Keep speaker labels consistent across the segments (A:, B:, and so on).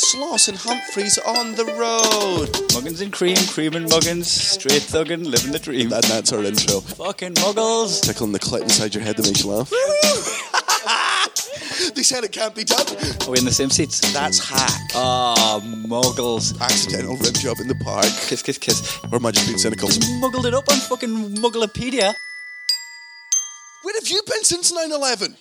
A: Sloss and Humphreys on the road.
B: Muggins and cream, cream and muggins, straight thuggin', living the dream.
A: And that's our intro.
B: Fucking muggles.
A: Tickling the clit inside your head that makes you laugh. they said it can't be done.
B: Are we in the same seats?
A: That's hack.
B: Ah, muggles.
A: Accidental rim job in the park.
B: Kiss, kiss, kiss.
A: Or am I just being cynical?
B: Muggled it up on fucking Mugglepedia.
A: Where have you been since 9 11?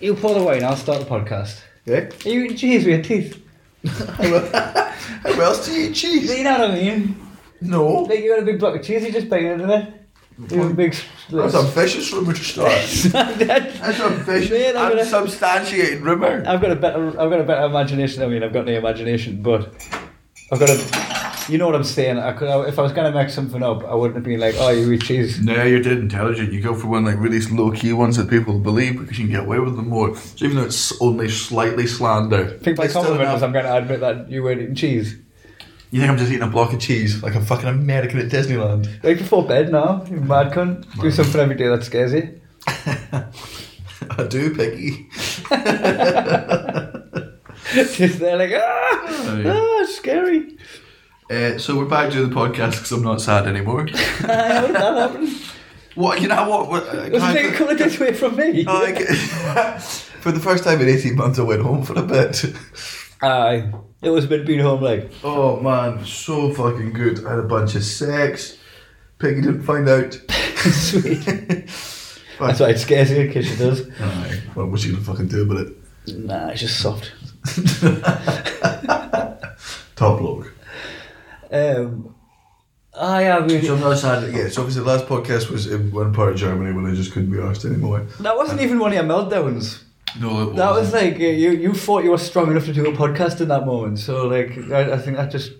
C: You pull away and I'll start the podcast.
D: Yeah.
C: Are you eating cheese with your teeth?
D: How else do you eat cheese?
C: You know what I mean?
D: No.
C: Like you got a big block of cheese, you just bang it in there. You have a big
D: That's
C: split.
D: ambitious rumour to start. That's ambitious
C: Man, I'm gonna-
D: and substantiated rumour.
C: I've got a better, I've got a better imagination. I mean, I've got no imagination, but I've got a. You know what I'm saying? I could, if I was gonna make something up, I wouldn't have been like, "Oh, you eat cheese."
D: No, you're dead intelligent. You go for one like really low key ones that people believe because you can get away with them more. So even though it's only slightly slander,
C: I think by
D: it's still
C: compliment
D: enough.
C: us, I'm gonna admit that you weren't eating cheese.
D: you think I'm just eating a block of cheese like a fucking American at Disneyland?
C: Right before bed now, you mad cunt. Do something every day that scares you.
D: I do, Piggy.
C: just there like, ah,
D: Aye.
C: ah, it's scary.
D: Uh, so we're back to the podcast because I'm not sad anymore. what? You know what? what uh,
C: It
D: can
C: was
D: I-
C: like a couple of days away from me.
D: Like, for the first time in 18 months, I went home for a bit.
C: Aye. It was been being home like
D: Oh man, so fucking good. I had a bunch of sex. Piggy didn't find out.
C: sweet. That's why it scares you in case she does.
D: Aye, well, what's you gonna fucking do about it?
C: Nah, it's just soft.
D: Top bloke.
C: Um, aye, I mean,
D: So I'm not sad. Yeah, so obviously the last podcast was in one part of Germany when I just couldn't be arsed anymore.
C: that wasn't even one of your meltdowns.
D: No,
C: That was like uh, you you thought you were strong enough to do a podcast in that moment. So like I, I think that just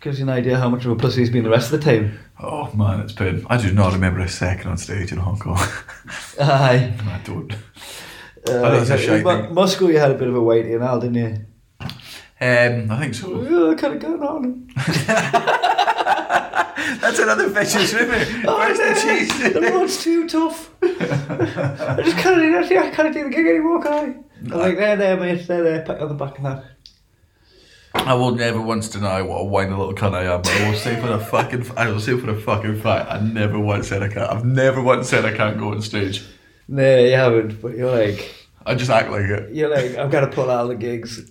C: gives you an idea how much of a pussy he's been the rest of the time.
D: Oh man, it's been. I do not remember a second on stage in Hong Kong.
C: Aye.
D: I don't.
C: Uh,
D: know, it's a eh? shite
C: Mu-
D: thing.
C: Moscow, you had a bit of a wait in, Al, didn't you?
D: Um, I think so.
C: Yeah, I kind of got on.
D: That's another vicious rumor.
C: Oh,
D: Where's the
C: The
D: cheese?
C: road's too tough. I just can't, I can't do the gig anymore, can I? I'm like, there, there, mate, there, there, pat you on the back of that.
D: I will never once deny what a whiny little cunt I am, but I will say for the fucking, I will say for the fucking fact, I never once said I can't. I've never once said I can't go on stage.
C: No, you haven't, but you're like,
D: I just act like it.
C: you're like, I've got to pull out the gigs.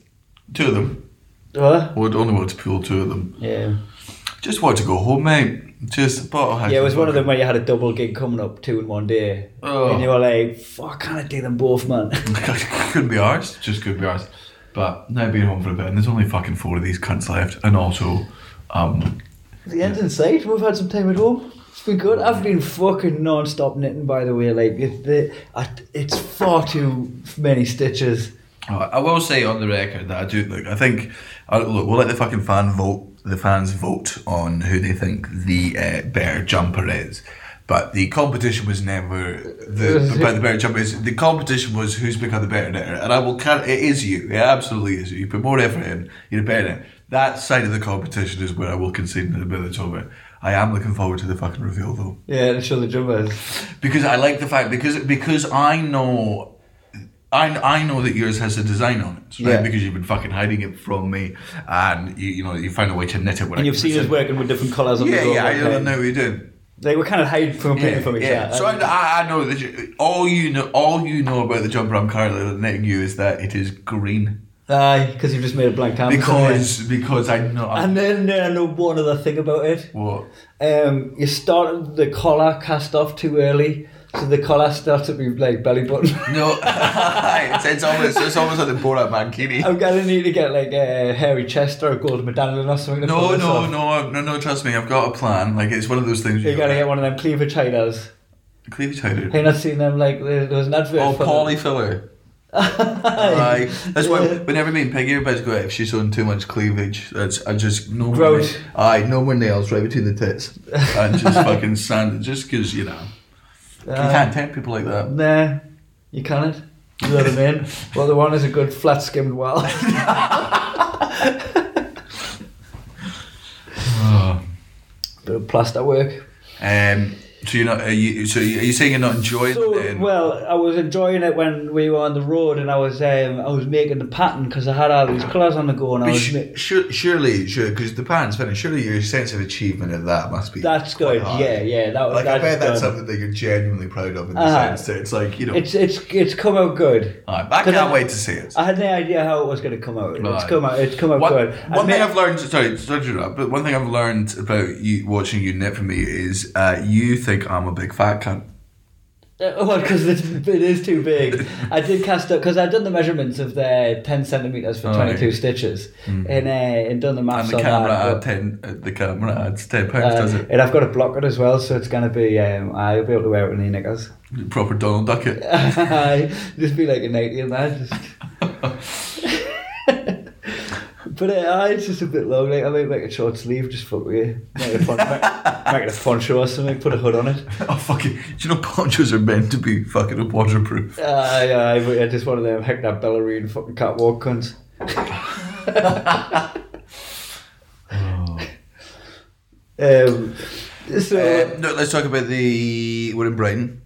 D: Two of them.
C: What?
D: Would only want to pull two of them.
C: Yeah.
D: Just want to go home, mate. Just, but I
C: Yeah, it was one of them where you had a double gig coming up, two in one day.
D: Oh.
C: And you were like, fuck, can I do them both, man?
D: couldn't be ours. Just couldn't be ours. But now being home for a bit, and there's only fucking four of these cunts left, and also, um,
C: the end's in sight. We've had some time at home. It's been good. I've been fucking non-stop knitting, by the way. Like, it, the, I, it's far too many stitches.
D: Uh, I will say on the record that I do look. I think uh, look. We'll let the fucking fan vote. The fans vote on who they think the uh, better jumper is. But the competition was never the about the better jumper. Is the competition was who's become the better knitter, and I will. Can, it is you. It absolutely is you. You put more effort in. You're a better. knitter. That side of the competition is where I will concede an advantage over. I am looking forward to the fucking reveal though
C: Yeah, to show the jumpers.
D: because I like the fact because because I know. I, I know that yours has a design on it, right?
C: Yeah.
D: Because you've been fucking hiding it from me, and you, you know you found a way to knit it. when I
C: And you've
D: could
C: seen us
D: present
C: working with different colours on
D: it.
C: the
D: Yeah,
C: go.
D: yeah, I
C: like, um,
D: don't know what you did.
C: They were kind of hiding from
D: Yeah,
C: from each
D: yeah.
C: other.
D: So I, I I know that you, all you know, all you know about the jumper I'm currently knitting you is that it is green
C: Aye, because you've just made a blank canvas.
D: because because I know
C: And then uh, I know one other thing about it.
D: what
C: Um, you started the collar cast off too early, so the collar started with like belly button.
D: no, it's, it's almost it's almost like the Borat Mankini.
C: I'm gonna need to get like a hairy chest or a gold medallion or something. To pull
D: No,
C: this
D: no,
C: off.
D: no, no, no. Trust me, I've got a plan. Like it's one of those things.
C: You gotta get one of them cleavage hiders.
D: Cleavage hider.
C: Have you not seen them? Like there there was an advert.
D: Oh,
C: for them.
D: polyfiller. Aye. That's why whenever me and Peggy are about to go out, if she's on too much cleavage, that's I just no more.
C: Gross.
D: na- Aye, no more nails right between the tits, and just fucking sand it, just because you know you can't tempt people like that.
C: Uh, Nah, you can't. You know what I mean? Well, the one is a good flat skimmed well. Bit of plaster work.
D: Um, So you're not. Are you, so are you saying you're not enjoying
C: So
D: it? Then?
C: well, I was enjoying it when we were on the road, and I was um, I was making the pattern because I had all these colours on the go, and I
D: But
C: was
D: sh-
C: ma-
D: sure, surely, sure, because the pattern's finished. Surely your sense of achievement of that must be.
C: that's
D: quite
C: good.
D: high.
C: Yeah, yeah, that was
D: Like I
C: that's
D: bet that's
C: done.
D: something that you're genuinely proud of in the
C: Uh-huh.
D: sense that it's like you know.
C: It's it's it's come out good.
D: Aye, but I
C: Because
D: can't
C: I-
D: wait to see it.
C: I had no idea how it was going to come out. It's
D: Right.
C: come out. It's come out
D: One,
C: good. I
D: one thing
C: ma-
D: I've learned, sorry, sorry to interrupt, but one thing I've learned about you watching you knit for me is uh, you think I'm a big fat cunt.
C: Uh, Well, because it is too big. I did cast up because I'd done the measurements of the ten centimeters for
D: Oh,
C: twenty two
D: right.
C: stitches, and uh, and done the
D: And
C: maths
D: the
C: on
D: camera
C: that.
D: adds ten. Uh, the camera adds ten pounds, does
C: Uh,
D: it?
C: and I've got a blocker as well, so it's gonna be. Um, I'll be able to wear it with the knickers.
D: Proper Donald Duckett.
C: just be like a nighty and that. Just... but uh, aye, it's just a bit long. Like I might make a short sleeve, just fuck with you. Make it a, pon- make, make it a poncho or something. Put a hood on it.
D: oh fucking! Do you know ponchos are meant to be fucking waterproof?
C: Aye, aye, but yeah, just one of them heck that ballerine fucking catwalk cunts. um,
D: Uh,
C: so,
D: no, let's talk about the one in Brighton.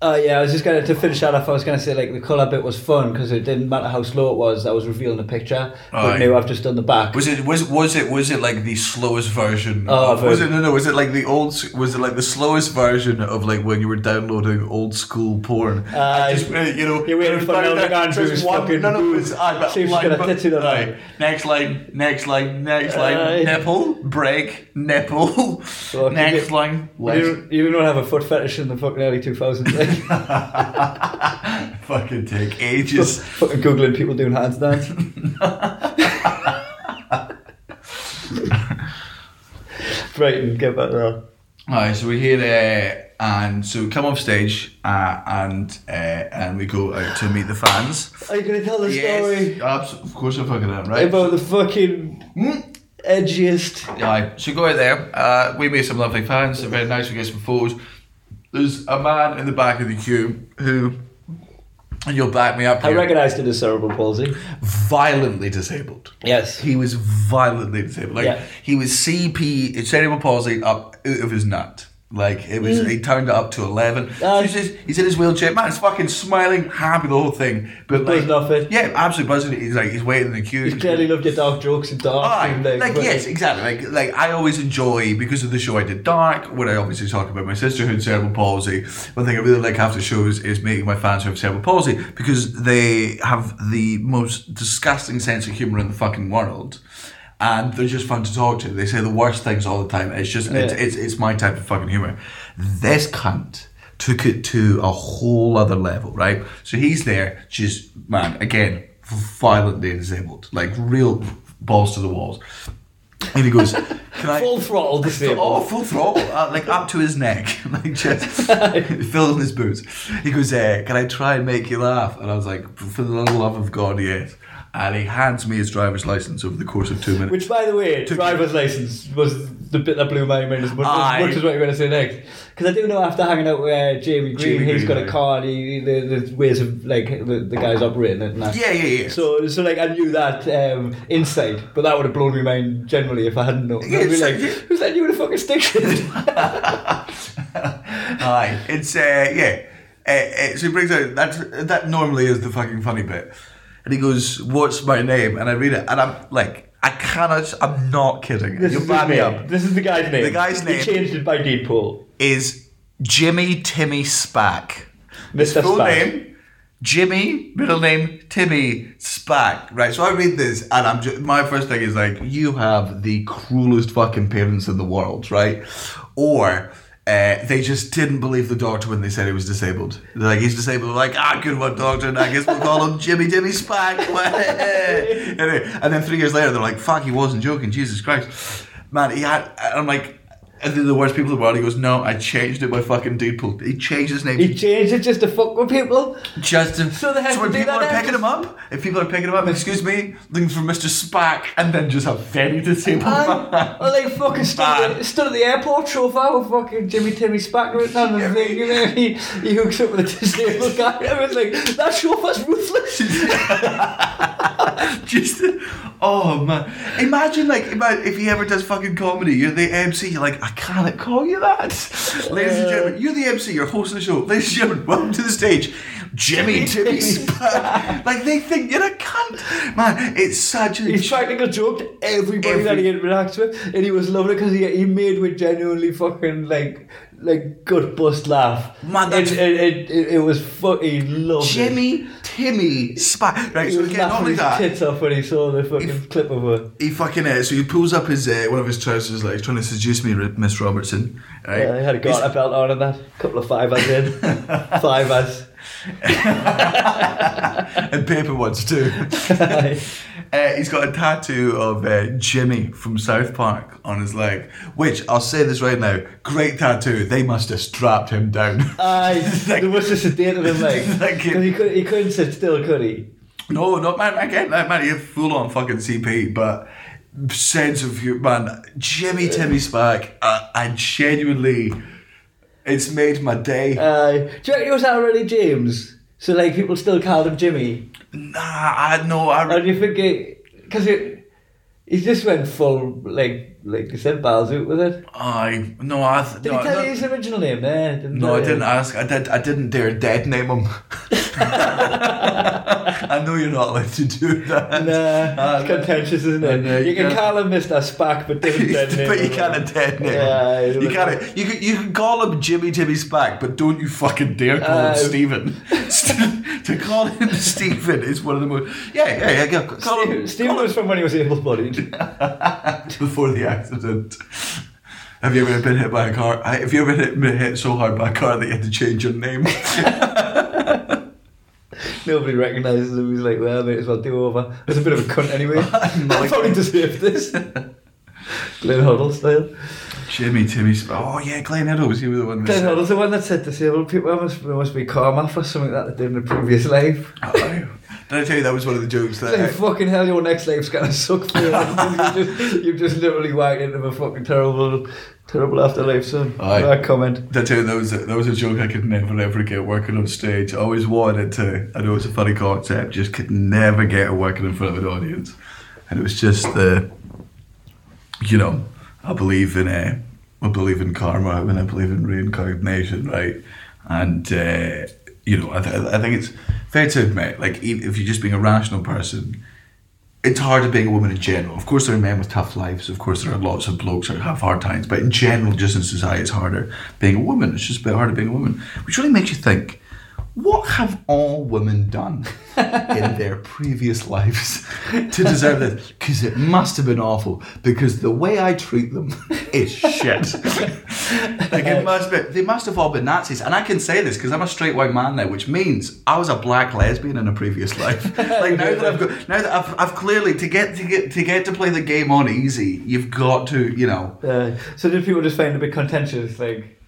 C: oh yeah, I was just gonna to finish that off. I was gonna say like the colour bit was fun because it didn't matter how slow it was. I was revealing the picture, but
D: Aye.
C: now I've just done the back.
D: Was it was was it was it like the slowest version?
C: Oh,
D: of, was
C: very-
D: it no no? Was it like the old? s- Was it like the slowest version of like when you were downloading old school porn?
C: Aye.
D: Just, uh, you know,
C: You're waiting
D: there's
C: for
D: one-
C: Melvin
D: there's
C: Andrews'
D: one-
C: fucking
D: none of
C: boob.
D: us- aye, but
C: See if she's
D: line-
C: got a
D: but-
C: titty Uh, or not.
D: aye. Next line, next line, next line.
C: Aye.
D: Nipple, break, nipple.
C: Well,
D: next
C: you-
D: line,
C: you,
D: left.
C: don't, you don't have a foot fetish in the fucking early 2000s. Like,
D: Fucking take ages.
C: fucking googling people doing handstands. Brighton, get back there.
D: Alright, so we're here, uh, and so we come off stage, uh, and uh, and we go out to meet the fans.
C: Are you gonna tell the story
D: abs- of course I fucking am, right?
C: about the fucking edgiest?
D: Aye, so go out there. Uh, we meet some lovely fans. They're very nice. We get some photos. There's a man in the back of the queue who, and you'll back me up
C: I
D: here,
C: recognised it as cerebral palsy.
D: violently disabled.
C: Yes.
D: He was violently disabled. Like
C: Yeah.
D: he was CP cerebral palsy up out of his nut. Like it was, he turned it up to eleven.
C: Mm. Uh,
D: he's, just, he's in his wheelchair, man. He's fucking smiling, happy the whole thing. But like,
C: Buzzing off it.
D: yeah, absolutely buzzing. He's like, he's waiting in the queue.
C: You clearly loved your dark jokes and dark.
D: Aye,
C: and, like,
D: like
C: but-
D: yes, exactly. Like like I always enjoy because of the show I did Dark, when I obviously talk about my sisterhood cerebral palsy. One thing I really like after shows is making my fans who have cerebral palsy because they have the most disgusting sense of humour in the fucking world. And they're just fun to talk to. They say the worst things all the time. It's just it's,
C: Yeah.
D: it's it's my type of fucking humor. This cunt took it to a whole other level, right? So he's there, just man, again, violently disabled, like real balls to the walls. And he goes, "Can I?"
C: Full throttle disabled.
D: Oh, full throttle, uh, like up to his neck, like just filling his boots. He goes, eh, "Can I try and make you laugh?" And I was like, "For the love of God, yes." And he hands me his driver's license over the course of two minutes.
C: Which, by the way, driver's license was the bit that blew my mind as much, as,
D: Aye.
C: much as what you're going to say next. Because I do know after hanging out with uh, Jamie Green,
D: Jamie
C: he's
D: Green,
C: got a
D: aye.
C: car. And he, the, the ways of like the, the guys operating it. And that.
D: yeah, yeah, yeah.
C: So, so like I knew that um, inside, but that would have blown my mind generally if I hadn't known.
D: Yeah,
C: I'd be
D: it's
C: like,
D: like-
C: who's that you with a fucking stick?
D: Aye, it's uh, yeah. Uh, uh, so he brings out that that normally is the fucking funny bit, and he goes, "What's my name?" And I read it, and I'm like, I cannot. I'm not kidding.
C: This
D: you
C: is his
D: back me
C: name.
D: up.
C: This is the guy's name.
D: The guy's name-
C: He changed it by deed poll.
D: Is Jimmy Timmy Spack? His
C: Mr.
D: full
C: Spack.
D: name. Jimmy, middle name Timmy Spack. Right, so I read this and I'm just, my first thing is like, you have the cruelest fucking parents in the world, right? Or uh, they just didn't believe the doctor when they said he was disabled. They're like, he's disabled. They're like, ah, good one, doctor. And I guess we'll call him Jimmy Timmy Spack. anyway, and then three years later, they're like, fuck, he wasn't joking. Jesus Christ. Man, he had, I'm like, and then the worst people in the world, he goes, no, I changed it by fucking Deadpool. He changed his name to
C: He changed it just to fuck with people.
D: just to,
C: So they have
D: when
C: to do
D: people
C: that
D: are
C: now?
D: picking him up, if people are picking him up, excuse me, looking for Mr. Spack, and then just a very disabled
C: I,
D: man.
C: I like fucking stood, at the-
D: Bad.
C: stood at the airport, drove out with fucking Jimmy Timmy Spack written on the thing, and then he, he hooks up with a disabled guy. I was like, that chauffeur's ruthless.
D: Just, oh man! Imagine like ima- if he ever does fucking comedy, you're the MC. You're like, I can't call you that, ladies
C: Uh.
D: and gentlemen. You're the MC. You're hosting the show, ladies and gentlemen. Welcome to the stage, Jimmy Timmy Spat. like they think you're a cunt, man. It's such a
C: He's practical joke to everybody that he interacts with, and he was loving it because he, he made with genuinely fucking like like gut bust laugh.
D: Man,
C: it,
D: that's-
C: it, it, it, it was fucking lovely.
D: Jimmy Timmy Spat. Right,
C: he
D: so
C: was
D: again, not
C: laughing
D: only
C: his
D: that.
C: tits off when he saw the fucking clip of her.
D: He fucking uh, so he pulls up his uh, one of his trousers like he's trying to seduce me, Miss Robertson. Right?
C: Yeah, I had a
D: He's-
C: garter belt on and that. couple of five as in. five as.
D: and paper ones too. uh, he's got a tattoo of uh, Jimmy from South Park on his leg, which I'll say this right now, great tattoo. They must have strapped him down.
C: Aye, there was just a date of him like.
D: That kid-
C: 'cause he, could, he couldn't sit still, could he?
D: no, no, man, I get that, man. You're full on fucking CP, but sense of humor, man. Jimmy Timmy Spack, I, I genuinely, it's made my day.
C: Aye. Do you reckon he was already James? So like people still called him Jimmy?
D: nah, I know, I.
C: And you think it because it he just went full like like you said balls out with it.
D: I no, I th-
C: Did
D: no,
C: he tell
D: no-
C: you his original name there? Didn't
D: No, I
C: he?
D: didn't ask. I did. I didn't dare dead name him. I know you're not allowed to do that.
C: Nah,
D: Uh,
C: it's contentious, isn't
D: I
C: it?
D: know,
C: you
D: you
C: can
D: can't-
C: call him Mr. Spack, but
D: but
C: didn't dead name
D: you
C: him.
D: can't dead name.
C: Yeah,
D: him. you
C: I-
D: can't. You can, you can call him Jimmy Jimmy Spack, but don't you fucking dare call
C: Uh,
D: him Stephen. St- to call him Stephen is one of the most. Yeah, yeah, yeah. yeah, Call him
C: Steve, Steve was from when he was able-bodied.
D: before the accident. Have you ever been hit by a car? I- Have you ever hit, been hit so hard by a car that you had to change your name?
C: Nobody recognises him. He's like, well, mate, as well do over. I was a bit of a cunt anyway. I
D: Like-
C: probably deserved this. Glenn Hoddle style.
D: Jimmy Timmy Sp- Oh yeah, Glenn Hiddle was he the one?
C: Glenn
D: that
C: Hoddle's the one that said disabled people must, there must be karma for something that they did in a previous life.
D: said- Did I tell you that was one of the jokes that?
C: Like, fucking hell, your next life's gonna suck for you. you've, just, you've just literally whacked into a fucking terrible, terrible afterlife, son.
D: Aye.
C: That comment.
D: Did I tell you that was a, that was a joke I could never ever get working on stage. I always wanted to. I know it's a funny concept, just could never get it working in front of an audience. And it was just the, you know, I believe in uh, I believe in karma and I believe in reincarnation, right? And uh, you know, I, th- I think it's fair to admit, like, e- if you're just being a rational person, it's harder being a woman in general. Of course, there are men with tough lives. Of course, there are lots of blokes that have hard times. But in general, just in society, it's harder being a woman. It's just a bit harder being a woman, which really makes you think. What have all women done in their previous lives to deserve this? Because it must have been awful. Because the way I treat them is shit. like it must be. They must have all been Nazis, and I can say this because I'm a straight white man now, which means I was a black lesbian in a previous life. like now that I've got now that I've, I've clearly to get to get to get to play the game on easy, you've got to you know.
C: Uh, so did people just find it a bit contentious? Like,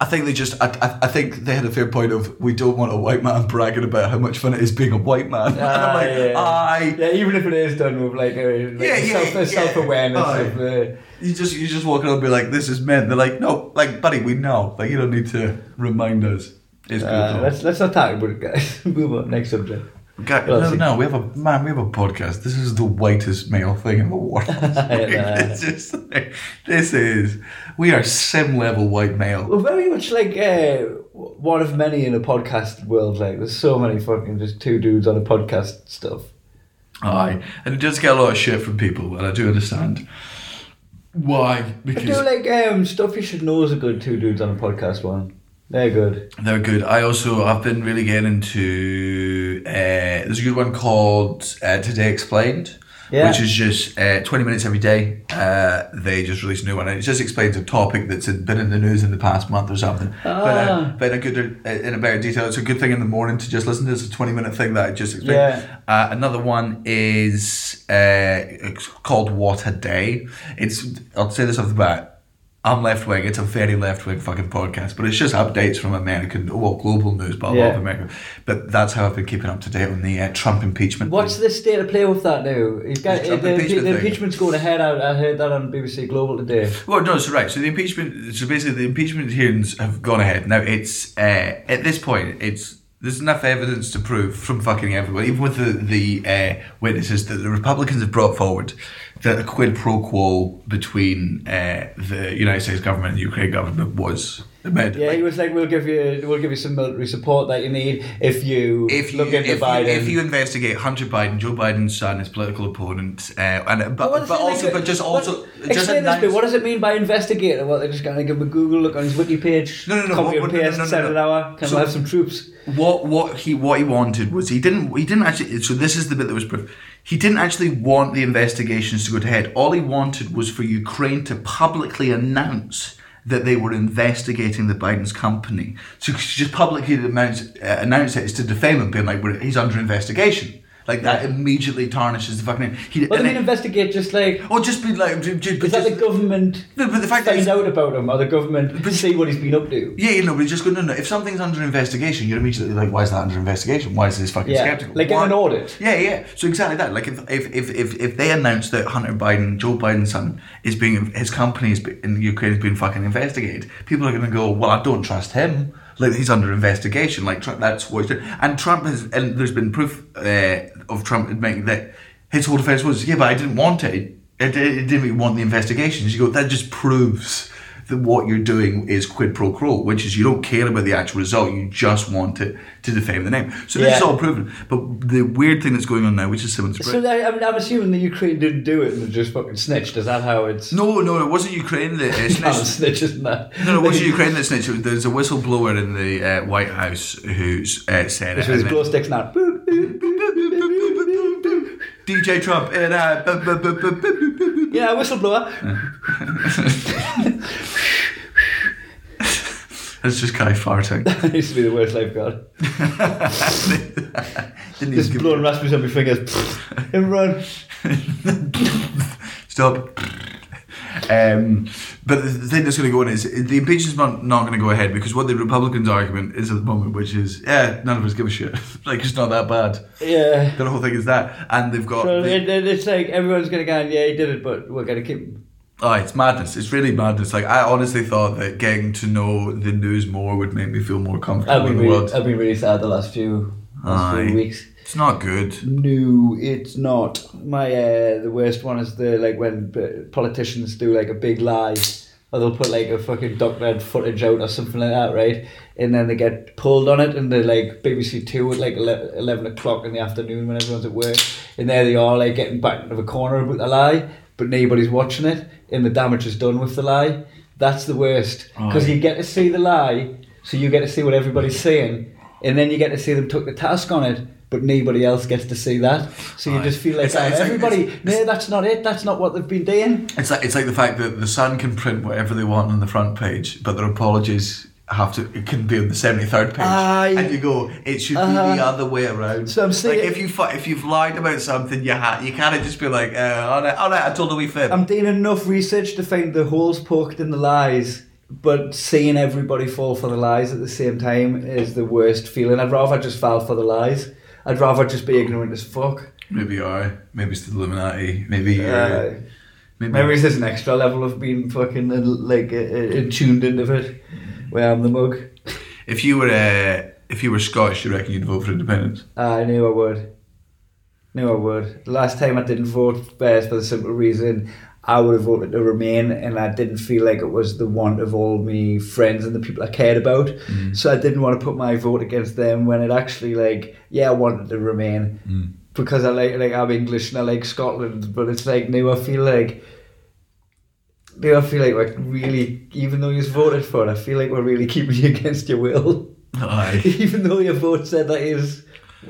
D: I think they just I, I, I think they had a fair point of we don't want a white man bragging about how much fun it is being a white man. and I'm
C: ah,
D: like,
C: yeah.
D: I.
C: yeah, even if it is done with like, a, like
D: Yeah,
C: a
D: yeah,
C: self,
D: yeah.
C: a self-awareness
D: Aye.
C: of uh, the.
D: You just you just walk around and be like, this is men. They're like, no, like buddy, we know. Like you don't need to remind us. It's good.
C: Uh,
D: though.
C: let's let's not talk about it, guys. Move on. Next subject.
D: Guy,
C: Well,
D: no,
C: see-
D: no, we have a man. We have a podcast. This is the whitest male thing in the world. Like,
C: know.
D: it's just like, this is we are sim level white male.
C: Well, very much like uh, one of many in a podcast world. Like, there's so many fucking just two dudes on a podcast stuff.
D: Aye, and it does get a lot of shit from people, and I do understand why
C: I do
D: because
C: like um, stuff you should know is a good two dudes on a podcast one. They're good.
D: they're good. I also I've been really getting into uh, there's a good one called uh, Today Explained.
C: Yeah.
D: Which is just uh, 20 minutes every day. Uh, they just release a new one, and it just explains a topic that's been in the news in the past month or something. But, uh,
C: Ah.
D: but in a good uh, in a better detail. It's a good thing in the morning to just listen to. It's a twenty minute thing that I just explained.
C: Yeah.
D: Uh, another one is uh, it's called What a Day. It's I'll say this off the bat. I'm left wing. It's a very left wing fucking podcast, but it's just updates from American, well, global news, but a lot
C: Yeah.
D: of America. But that's how I've been keeping up to date on the uh, Trump impeachment.
C: What's
D: thing.
C: the state of play with that now? He's got,
D: Is
C: the,
D: Trump impeachment
C: the
D: thing?
C: impeachment's going ahead. I, I heard that on BBC Global today.
D: Well, no, so right. So the impeachment. So basically, the impeachment hearings have gone ahead. Now it's uh, at this point, it's There's enough evidence to prove from fucking everyone, even with the the uh, witnesses that the Republicans have brought forward, that a quid pro quo between uh, the United States government and the Ukraine government was admitted.
C: Yeah,
D: Like,
C: he was like, "We'll give you, we'll give you some military support that you need if you
D: if you,
C: look into
D: if,
C: Biden."
D: You, if you investigate Hunter Biden, Joe Biden's son, his political opponent, uh, and but,
C: But what
D: but
C: if they,
D: also
C: like,
D: but just
C: what-
D: also just
C: explain this
D: announce-
C: bit. What does it mean by investigator? Well, they're just going to give him a Google look on his wiki page.
D: No, no, no, what-
C: Copy
D: what- no,
C: and
D: no,
C: paste.
D: no, no,
C: send
D: no.
C: it out. Can
D: So-
C: we have some troops?
D: what what he what he wanted was he didn't he didn't actually so this is the bit that was proof he didn't actually want the investigations to go to head all he wanted was for ukraine to publicly announce that they were investigating the biden's company so she just publicly announce, uh, announce it is to defame him being like we're, he's under investigation like that immediately tarnishes the fucking name he,
C: What do
D: and
C: they mean
D: then-
C: investigate? Just like
D: or just be like ju- ju-
C: is that
D: just-
C: the government
D: No, but the fact that
C: find
D: he's-
C: out about him, or the government see what he's been up to?
D: yeah, you know, we just go, no, no. If something's under investigation, you're immediately like, why is that under investigation? Why is this fucking
C: Yeah,
D: skeptical?
C: like in
D: Why-
C: an audit.
D: Yeah, yeah. So exactly that. Like if if, if, if if they announce that Hunter Biden, Joe Biden's son, is being his company is be- in Ukraine is being fucking investigated, people are going to go, well, I don't trust him. Like he's under investigation. Like Trump, that's what. He's doing. And Trump has, and there's been proof uh, of Trump admitting that his whole defense was, yeah, but I didn't want it. I, di- I didn't even want the investigations. You go, that just proves that what you're doing is quid pro quo, which is you don't care about the actual result. You just want it to defame the name. So this is
C: Yeah.
D: all proven. But the weird thing that's going on now, which is Simmons
C: So
D: Bridge.
C: I, I'm, I'm assuming the Ukraine didn't do it and they just fucking snitched. Is that how it's?
D: No, no, it wasn't Ukraine that uh,
C: Can't
D: snitched.
C: snitch, isn't that?
D: No, no, it wasn't Ukraine that snitched. It was- There's a whistleblower in the uh, White House who's uh, said it.
C: With his
D: and
C: glow
D: then-
C: sticks now. Boop, boop, boop, boop, boop, boop, boop, boop.
D: DJ Trump. And, uh, bu- bu- bu- bu- bu- bu- bu- bu-
C: Yeah,
D: Uh-huh.
C: whistleblower.
D: That's just Kai farting.
C: That used to be the worst lifeguard.
D: Didn't even
C: Just
D: give-
C: blowing raspberries on my fingers. Everyone.
D: Stop. Um, but the thing that's going to go on is the impeachment's not, not going to go ahead because what the Republicans' argument is at the moment, which is, yeah, none of us give a shit. like, it's not that bad.
C: Yeah.
D: The whole thing is that. And they've got.
C: So
D: the-
C: it, it- it's like everyone's going to go, yeah, he did it, but we're going to keep him.
D: Oh, it's madness. It's really madness. Like, I honestly thought that getting to know the news more would make me feel more
C: I've
D: comfortable in
C: been,
D: the
C: really,
D: world.
C: I've been really sad the last few, last
D: Aye.
C: few weeks.
D: It's not good.
C: No, it's not. My uh, the worst one is the like when p- politicians do like a big lie, or they'll put like a fucking document footage out or something like that, right? And then they get pulled on it, and they're like BBC Two at like ele- eleven o'clock in the afternoon when everyone's at work, and there they are like getting back into a corner about the lie, but nobody's watching it, and the damage is done with the lie. That's the worst because you get to see the lie, so you get to see what everybody's saying, and then you get to see them took the task on it, but nobody else gets to see that. So you
D: Aye.
C: just feel like,
D: It's like-
C: "Oh,
D: it's like-
C: everybody,
D: it's-
C: no, that's not it. That's not what they've been doing.
D: It's like, it's like the fact that the Sun can print whatever they want on the front page, but their apologies have to it can be on the seventy third page,
C: Aye.
D: and you go, it should be
C: Uh-huh.
D: the other way around.
C: So I'm saying-
D: like if you fu- if you've lied about something, you ha- you can't just be like, uh, all right, all right, I told a wee fib.
C: I'm doing enough research to find the holes poked in the lies, but seeing everybody fall for the lies at the same time is the worst feeling. I'd rather just fall for the lies. I'd rather just be ignorant as fuck.
D: maybe you are, maybe it's the Illuminati, maybe you're,
C: Uh,
D: maybe,
C: maybe it's just an extra level of being fucking uh, like uh, uh, tuned into it, where I'm the mug.
D: if you were uh, if you were Scottish, you reckon you'd vote for independence?
C: Ah, I knew I would. Knew I would. Last time I didn't vote uh, for the simple reason I would have voted to remain, and I didn't feel like it was the want of all my friends and the people I cared about. So I didn't want to put my vote against them when it actually like yeah I wanted to remain because I like like I'm English and I like Scotland, but it's like now I feel like. now I feel like we're really, even though you voted for it, I feel like we're really keeping you against your will
D: Aye.
C: even though your vote said that is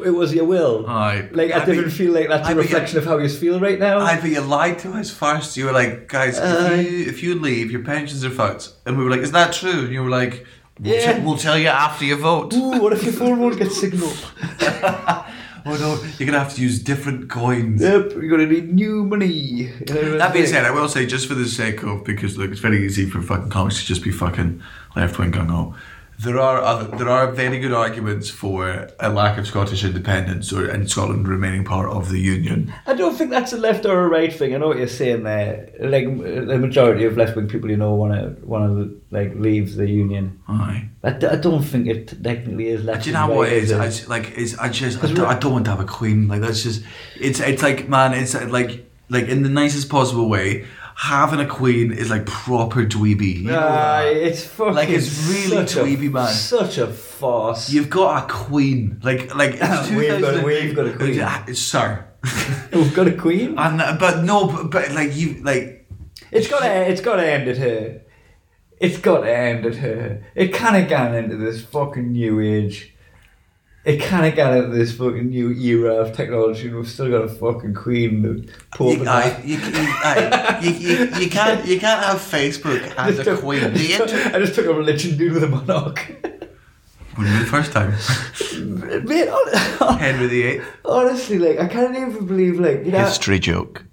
C: it was your will.
D: Aye.
C: Like I,
D: I
C: didn't
D: mean-
C: feel like that's a
D: I mean,
C: reflection of how you feel right now.
D: Aye, but you lied to us first. You were like, guys,
C: Aye.
D: if, you, if you leave, your pensions are fucked. And we were like, is that true? And you were like, we'll,
C: Yeah.
D: te- we'll tell you after you vote.
C: Ooh, what if your phone won't get signal?
D: Oh no, you're gonna have to use different coins.
C: yep, you're gonna need new money.
D: That being said, I will say just for the sake of because look, it's very easy for fucking comics to just be fucking left wing gung ho. There are other, there are very good arguments for a lack of Scottish independence or and Scotland remaining part of the Union.
C: I don't think that's a left or a right thing. I know what you're saying there. Like the majority of left wing people, you know, want to want to like leave the union.
D: Aye.
C: I, d- I don't think it technically is left.
D: Do you know what it is? I just, like it's I just I don't, I don't want to have a queen. Like that's just it's it's like man, it's like like in the nicest possible way. Having a queen is like proper dweeby. You know
C: Aye,
D: that.
C: it's fucking
D: Like, it's really
C: such a-
D: dweeby, man.
C: Such a farce.
D: You've got a queen. Like like it's
C: We've got- we've got a
D: 2008.
C: queen.
D: Ah, Sir.
C: We've got a queen.
D: and uh, but no, but, but like you like
C: It's got to, it's got to end at her. It's got to end at her. It kind of gone into this fucking new age. It kind of got into this fucking new era of technology, and we've still got a fucking queen, the Pope.
D: you,
C: and
D: aye,
C: that.
D: you, you, aye, you, you, you can't you can't have Facebook as a queen. The inter-
C: I just took a religion dude with a monarch.
D: Wouldn't be the first time.
C: Man, hon-
D: Henry VIII.
C: honestly, like I can't even believe, like you know,
D: joke.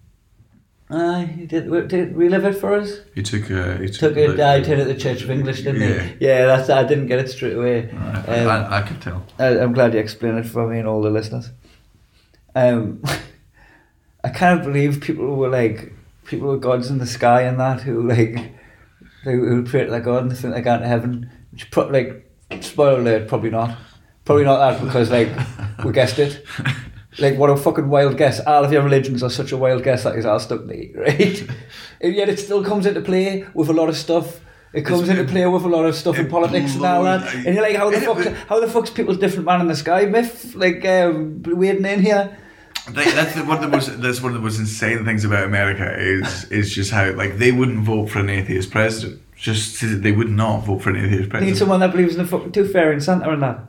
C: Aye, he did, w- did relive it for us.
D: He took a he
C: Took
D: a
C: it, died in at the Church of English, didn't
D: Yeah.
C: he? Yeah, that's I didn't get it straight away.
D: I,
C: Um,
D: I, I could tell.
C: I, I'm glad you explained it for me and all the listeners. Um, I can't believe people were like people were gods in the sky and that who like they who pray to their god and they think they're going to heaven. Which pro- like spoiler alert, probably not. Probably not that because like we guessed it. Like what a fucking wild guess! All of your religions are such a wild guess that is our stuck me, right? and yet it still comes into play with a lot of stuff. It comes into play with a lot of stuff in
D: it
C: politics and all
D: blows-
C: that. And you're like, how the
D: And it-
C: fuck? How the fuck's people's different man in the sky myth like um, wading in here?
D: Like, that's the, one of the most. That's one of the most insane things about America is is just how like they wouldn't vote for an atheist president. Just they would not vote for an atheist
C: Need
D: president.
C: someone that believes in the fucking tooth fairy and Santa and that.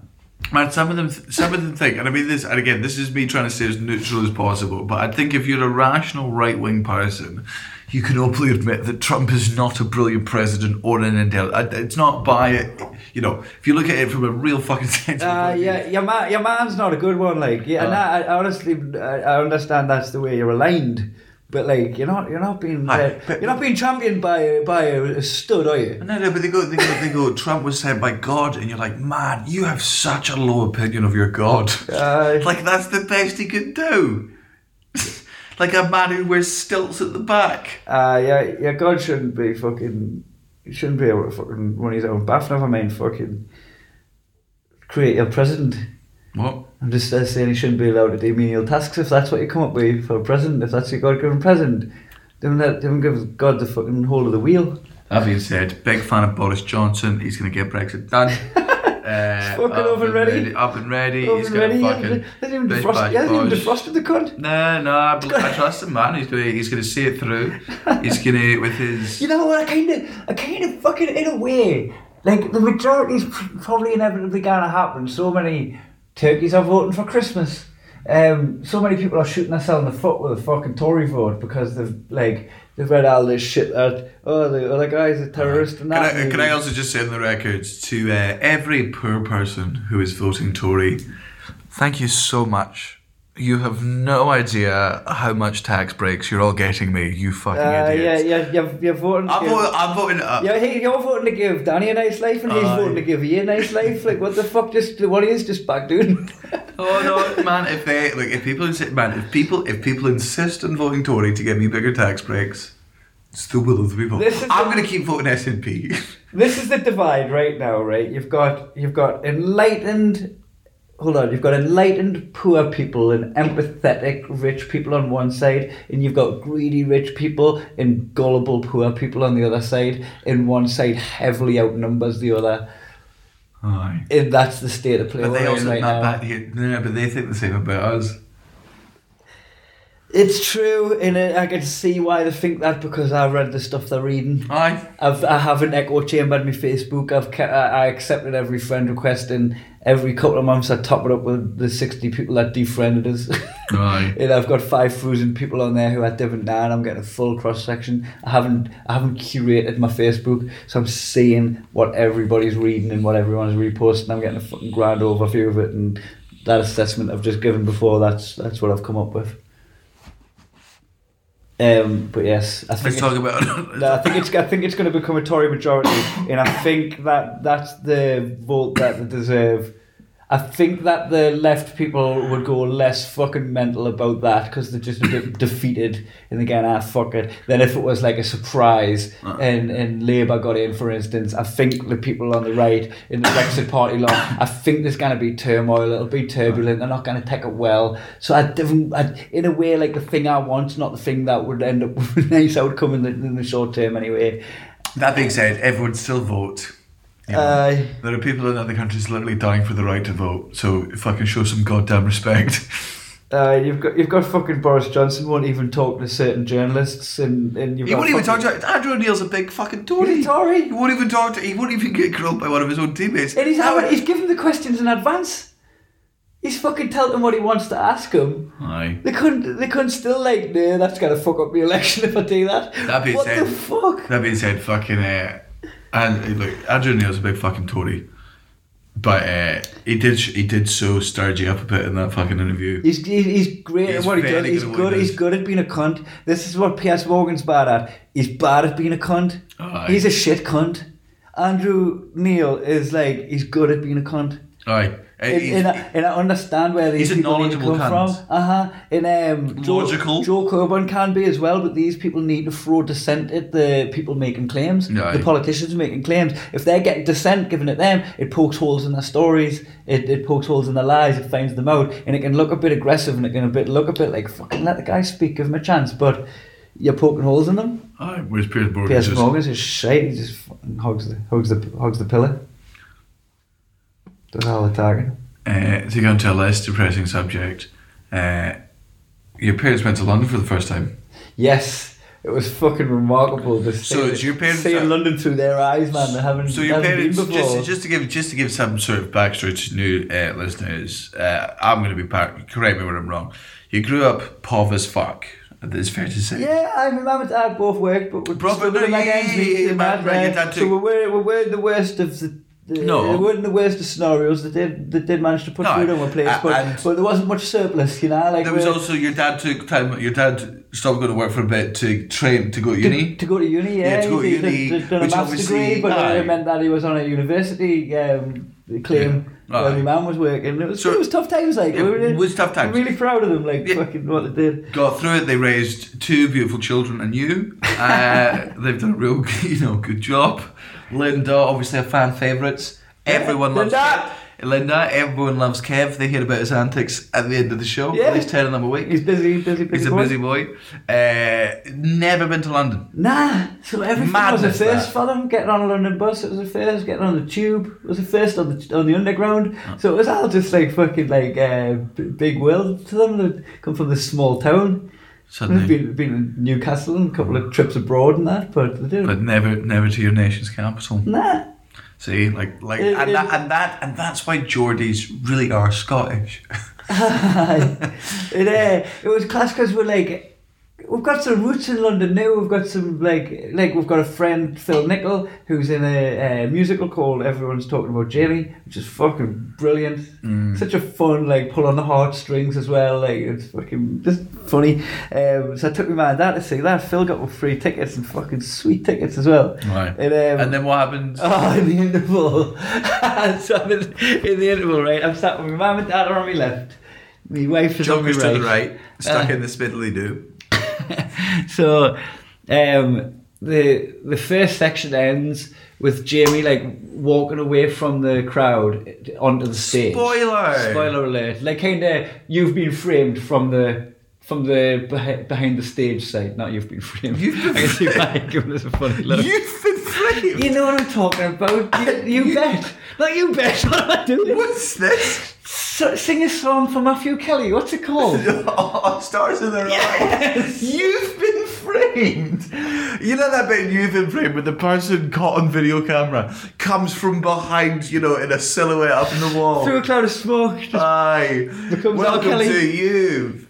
D: Man, some of them, some of them think, and I mean this, and again, this is me trying to stay as neutral as possible. But I think if you're a rational right wing person, you can openly admit that Trump is not a brilliant president or an intelligent. It's not by, you know, if you look at it from a real fucking sense. of
C: Uh,
D: looking-
C: yeah, your man, your man's not a good one. Like, yeah,
D: Oh.
C: and I, I honestly, I, I understand that's the way you're aligned. But like, you're not, you're not being,
D: Aye,
C: uh,
D: but-
C: you're not being championed by a- by a, a stud, are you?
D: No, no, but they go, they go, they go. Trump was sent by God, and you're like, man, you have such a low opinion of your God.
C: Aye.
D: like that's the best he could do. like a man who wears stilts at the back.
C: Uh, yeah, yeah, God shouldn't be fucking, he shouldn't be able to fucking run his own bath. Never mind fucking create your president.
D: What?
C: I'm just uh, saying he shouldn't be allowed to do menial tasks if that's what you come up with for a president. If that's your God-given president, then let then give God the fucking whole of the wheel.
D: That being said, big fan of Boris Johnson. He's going to get Brexit done. Uh,
C: fucking up and ready.
D: Up and ready.
C: Oh,
D: He's going
C: really? He
D: to
C: hasn't
D: fucking.
C: even- hasn't even
D: bish
C: defrosted-
D: bash
C: he hasn't even
D: bosh.
C: defrosted the cunt.
D: No, no, I, bel- I trust him, man. He's going. He's going to see it through. He's going to with his.
C: You know what? I kind of, I kind of fucking, in a way, like the majority is pr- probably inevitably going to happen. So many turkeys are voting for Christmas. Um, so many people are shooting themselves in the foot with a fucking Tory vote because they've like they've read all this shit that oh the other guy's a terrorist and
D: Can
C: that.
D: I, can I also just say on the records to uh, every poor person who is voting Tory, thank you so much. You have no idea how much tax breaks you're all getting me, you fucking
C: Uh, yeah,
D: idiots.
C: yeah, you're, you're voting.
D: I'm,
C: to-
D: voting, I'm voting up.
C: Yeah, he, you're voting to give Danny a nice life, and he's
D: Aye.
C: voting to give you a nice life. Like, what the fuck? Just what is just back doing?
D: Oh no, man! If they look, if people insist, man, if people, if people insist on voting Tory to get me bigger tax breaks, it's the will of the people.
C: This is
D: I'm
C: the-
D: going to keep voting SNP.
C: this is the divide right now, right? You've got you've got enlightened hold on, you've got enlightened poor people and empathetic rich people on one side, and you've got greedy rich people and gullible poor people on the other side, and one side heavily outnumbers the other.
D: Aye.
C: And that's the state of play
D: But
C: we're
D: they
C: in
D: also
C: right
D: not
C: now.
D: bad here. No, no, but they think the same about us.
C: It's true, and I I can see why they think that because I read the stuff they're reading.
D: Aye.
C: I've, I have an echo chamber in my Facebook. I've kept, I, I accepted every friend request, and every couple of months I top it up with the 60 people that defriended us.
D: Aye.
C: and I've got five thousand people on there who I didn't know, and I'm getting a full cross section. I haven't I haven't curated my Facebook, so I'm seeing what everybody's reading and what everyone's reposting. I'm getting a fucking grand overview of it, and that assessment I've just given before. That's that's what I've come up with. Um, but yes, I think
D: Let's talk
C: it's-
D: about.
C: No, I think it's I think it's going to become a Tory majority, and I think that that's the vote that they deserve. I think that the left people would go less fucking mental about that because they're just a bit defeated and they're going, ah, fuck it. Then if it was like a surprise and, and Labour got in, for instance, I think the people on the right in the Brexit party lot, I think there's going to be turmoil, it'll be turbulent, they're not going to take it well. So I, don't- I in a way, like the thing I want's not the thing that would end up with a nice outcome in the, in the short term anyway.
D: that being said, everyone still vote. You know,
C: Aye.
D: there are people in other countries literally dying for the right to vote. So fucking show some goddamn respect.
C: Uh, you've got you've got fucking Boris Johnson won't even talk to certain journalists and and you've
D: He
C: got
D: won't even talk
C: fucking-
D: to Andrew O'Neill's a big fucking Tory.
C: He's a Tory.
D: He won't even talk to. He won't even get grilled by one of his own teammates.
C: And he's having, he's giving the questions in advance. He's fucking telling them what he wants to ask him.
D: Aye.
C: They couldn't they couldn't still like no that's gonna fuck up the election if I do that.
D: That being
C: what
D: said-
C: the fuck?
D: That being said, fucking uh, and uh, look, Andrew Neil's a big fucking Tory, but uh, he did sh- he did so sturgy up a bit in that fucking interview.
C: He's, he's, he's great
D: He's
C: at what he
D: very
C: does. He's
D: good at
C: good.
D: what he
C: He's
D: does.
C: good at being a cunt. This is what P.S. Morgan's bad at. He's bad at being a cunt.
D: Aye.
C: He's a shit cunt. Andrew Neil is like he's good at being a cunt.
D: Aye, Uh,
C: and,
D: he's-
C: and, I, and I understand where these
D: He's a
C: people need to
D: knowledgeable
C: come
D: cunt.
C: from. Uh huh. And um, Joe-
D: Logical.
C: Joe, Coburn can be as well, but these people need to throw dissent at the people making claims,
D: No.
C: the politicians making claims. If they're getting dissent given at them, it pokes holes in their stories. It, it pokes holes in their lies. It finds them out, and it can look a bit aggressive, and it can a bit look a bit like fucking let the guy speak, give him a chance, but. You're poking holes in them.
D: aye, whereas Piers Morgan
C: Piers
D: just
C: Morgan's just shit. He just fucking hogs the hogs the hogs the pillar. Does all the target.
D: uh, to go into a less depressing subject. Uh, your parents went to London for the first time.
C: Yes, it was fucking remarkable. Just
D: So
C: seeing-
D: it's your parents-
C: seeing London through their eyes, man. They haven't.
D: So your
C: haven't
D: parents,
C: been before.
D: just, just to give just to give some sort of backstory to new uh, listeners, uh, I'm going to be part, correct me where I'm wrong. You grew up pov as fuck. It's fair to say.
C: yeah, I mean, mum and dad both worked, but we
D: Proper-
C: still were
D: no,
C: like
D: yeah,
C: ends
D: yeah,
C: meeting
D: yeah,
C: and
D: man,
C: that,
D: right,
C: uh,
D: your dad
C: So
D: too.
C: we were we were in the worst of the. the
D: No.
C: we weren't the worst of scenarios. They did they did manage to put
D: No,
C: food on our place,
D: a- and-
C: but, but there wasn't much surplus, you know. Like
D: There was
C: we're-
D: also your dad took time. Your dad stopped going to work for a bit to train to go to
C: to,
D: uni.
C: to go to uni, yeah,
D: Yeah, to go to
C: he did-
D: uni,
C: did- done a
D: which
C: master's
D: obviously-
C: degree, but
D: aye.
C: it meant that he was on a university um, claim
D: Yeah,
C: where
D: aye.
C: my mum was working. It was,
D: So-
C: it was tough times, like
D: It
C: we were-
D: was tough times.
C: Really proud of them, like
D: Yeah.
C: fucking what they did.
D: Got through it. They raised two beautiful children and you. Uh, they've done a real, g- you know, good job. Linda, obviously a fan favourites. Everyone loves
C: Linda!
D: Kev. Linda. Everyone loves Kev. They hear about his antics at the end of the show.
C: Yeah.
D: At least ten of them a week.
C: He's busy, busy, busy.
D: He's a
C: boy.
D: busy boy. Uh, never been to London.
C: Nah, so everything
D: Madness,
C: was a first
D: that.
C: for them. Getting on a London bus, it was a first. Getting on the tube was a first. On the on the underground, so it was all just like fucking like uh, b- big world to them. They come from this small town. They've
D: Suddenly,
C: been, been in Newcastle and a couple of trips abroad and that, but they didn't.
D: but never, never to your nation's capital.
C: Nah.
D: See, like, like,
C: It-
D: and
C: it-
D: that, and that, and that's why Geordies really are Scottish.
C: it, uh, it was class because we're like, we've got some roots in London now. We've got some, like, like we've got a friend, Phil Nichol, who's in a, uh musical called Everyone's Talking About Jamie, which is fucking brilliant.
D: Hmm.
C: Such a fun, like, pull on the heartstrings as well. Like, it's fucking just funny. Um, so I took my man dad to see that. Phil got free tickets and fucking sweet tickets as well.
D: Right.
C: And, um,
D: and then what happened?
C: Oh, in the interval. so I'm in, in the interval, right? I'm sat with my mum and dad are on my left. My wife is on my
D: Junkers
C: right.
D: to the right, stuck
C: Uh.
D: in the spiddly do.
C: So, um, the the first section ends with Jamie like walking away from the crowd onto the stage.
D: Spoiler!
C: Spoiler alert! Like kind of you've been framed from the. From the beh- behind the stage side, not you've been framed.
D: You've been
C: I can see why
D: framed.
C: giving us a funny look.
D: You've been framed.
C: You know what I'm talking about. You, you bet. Like you bet. What am I doing?
D: What's this?
C: S- sing a song for Matthew Kelly. What's it called?
D: Oh, stars in their eyes. You've been framed. You know that bit in you've been framed with the person caught on video camera comes from behind, you know, in a silhouette up in the wall.
C: Through a cloud of smoke.
D: Hi.
C: Becomes R.
D: Welcome
C: Kelly.
D: to you,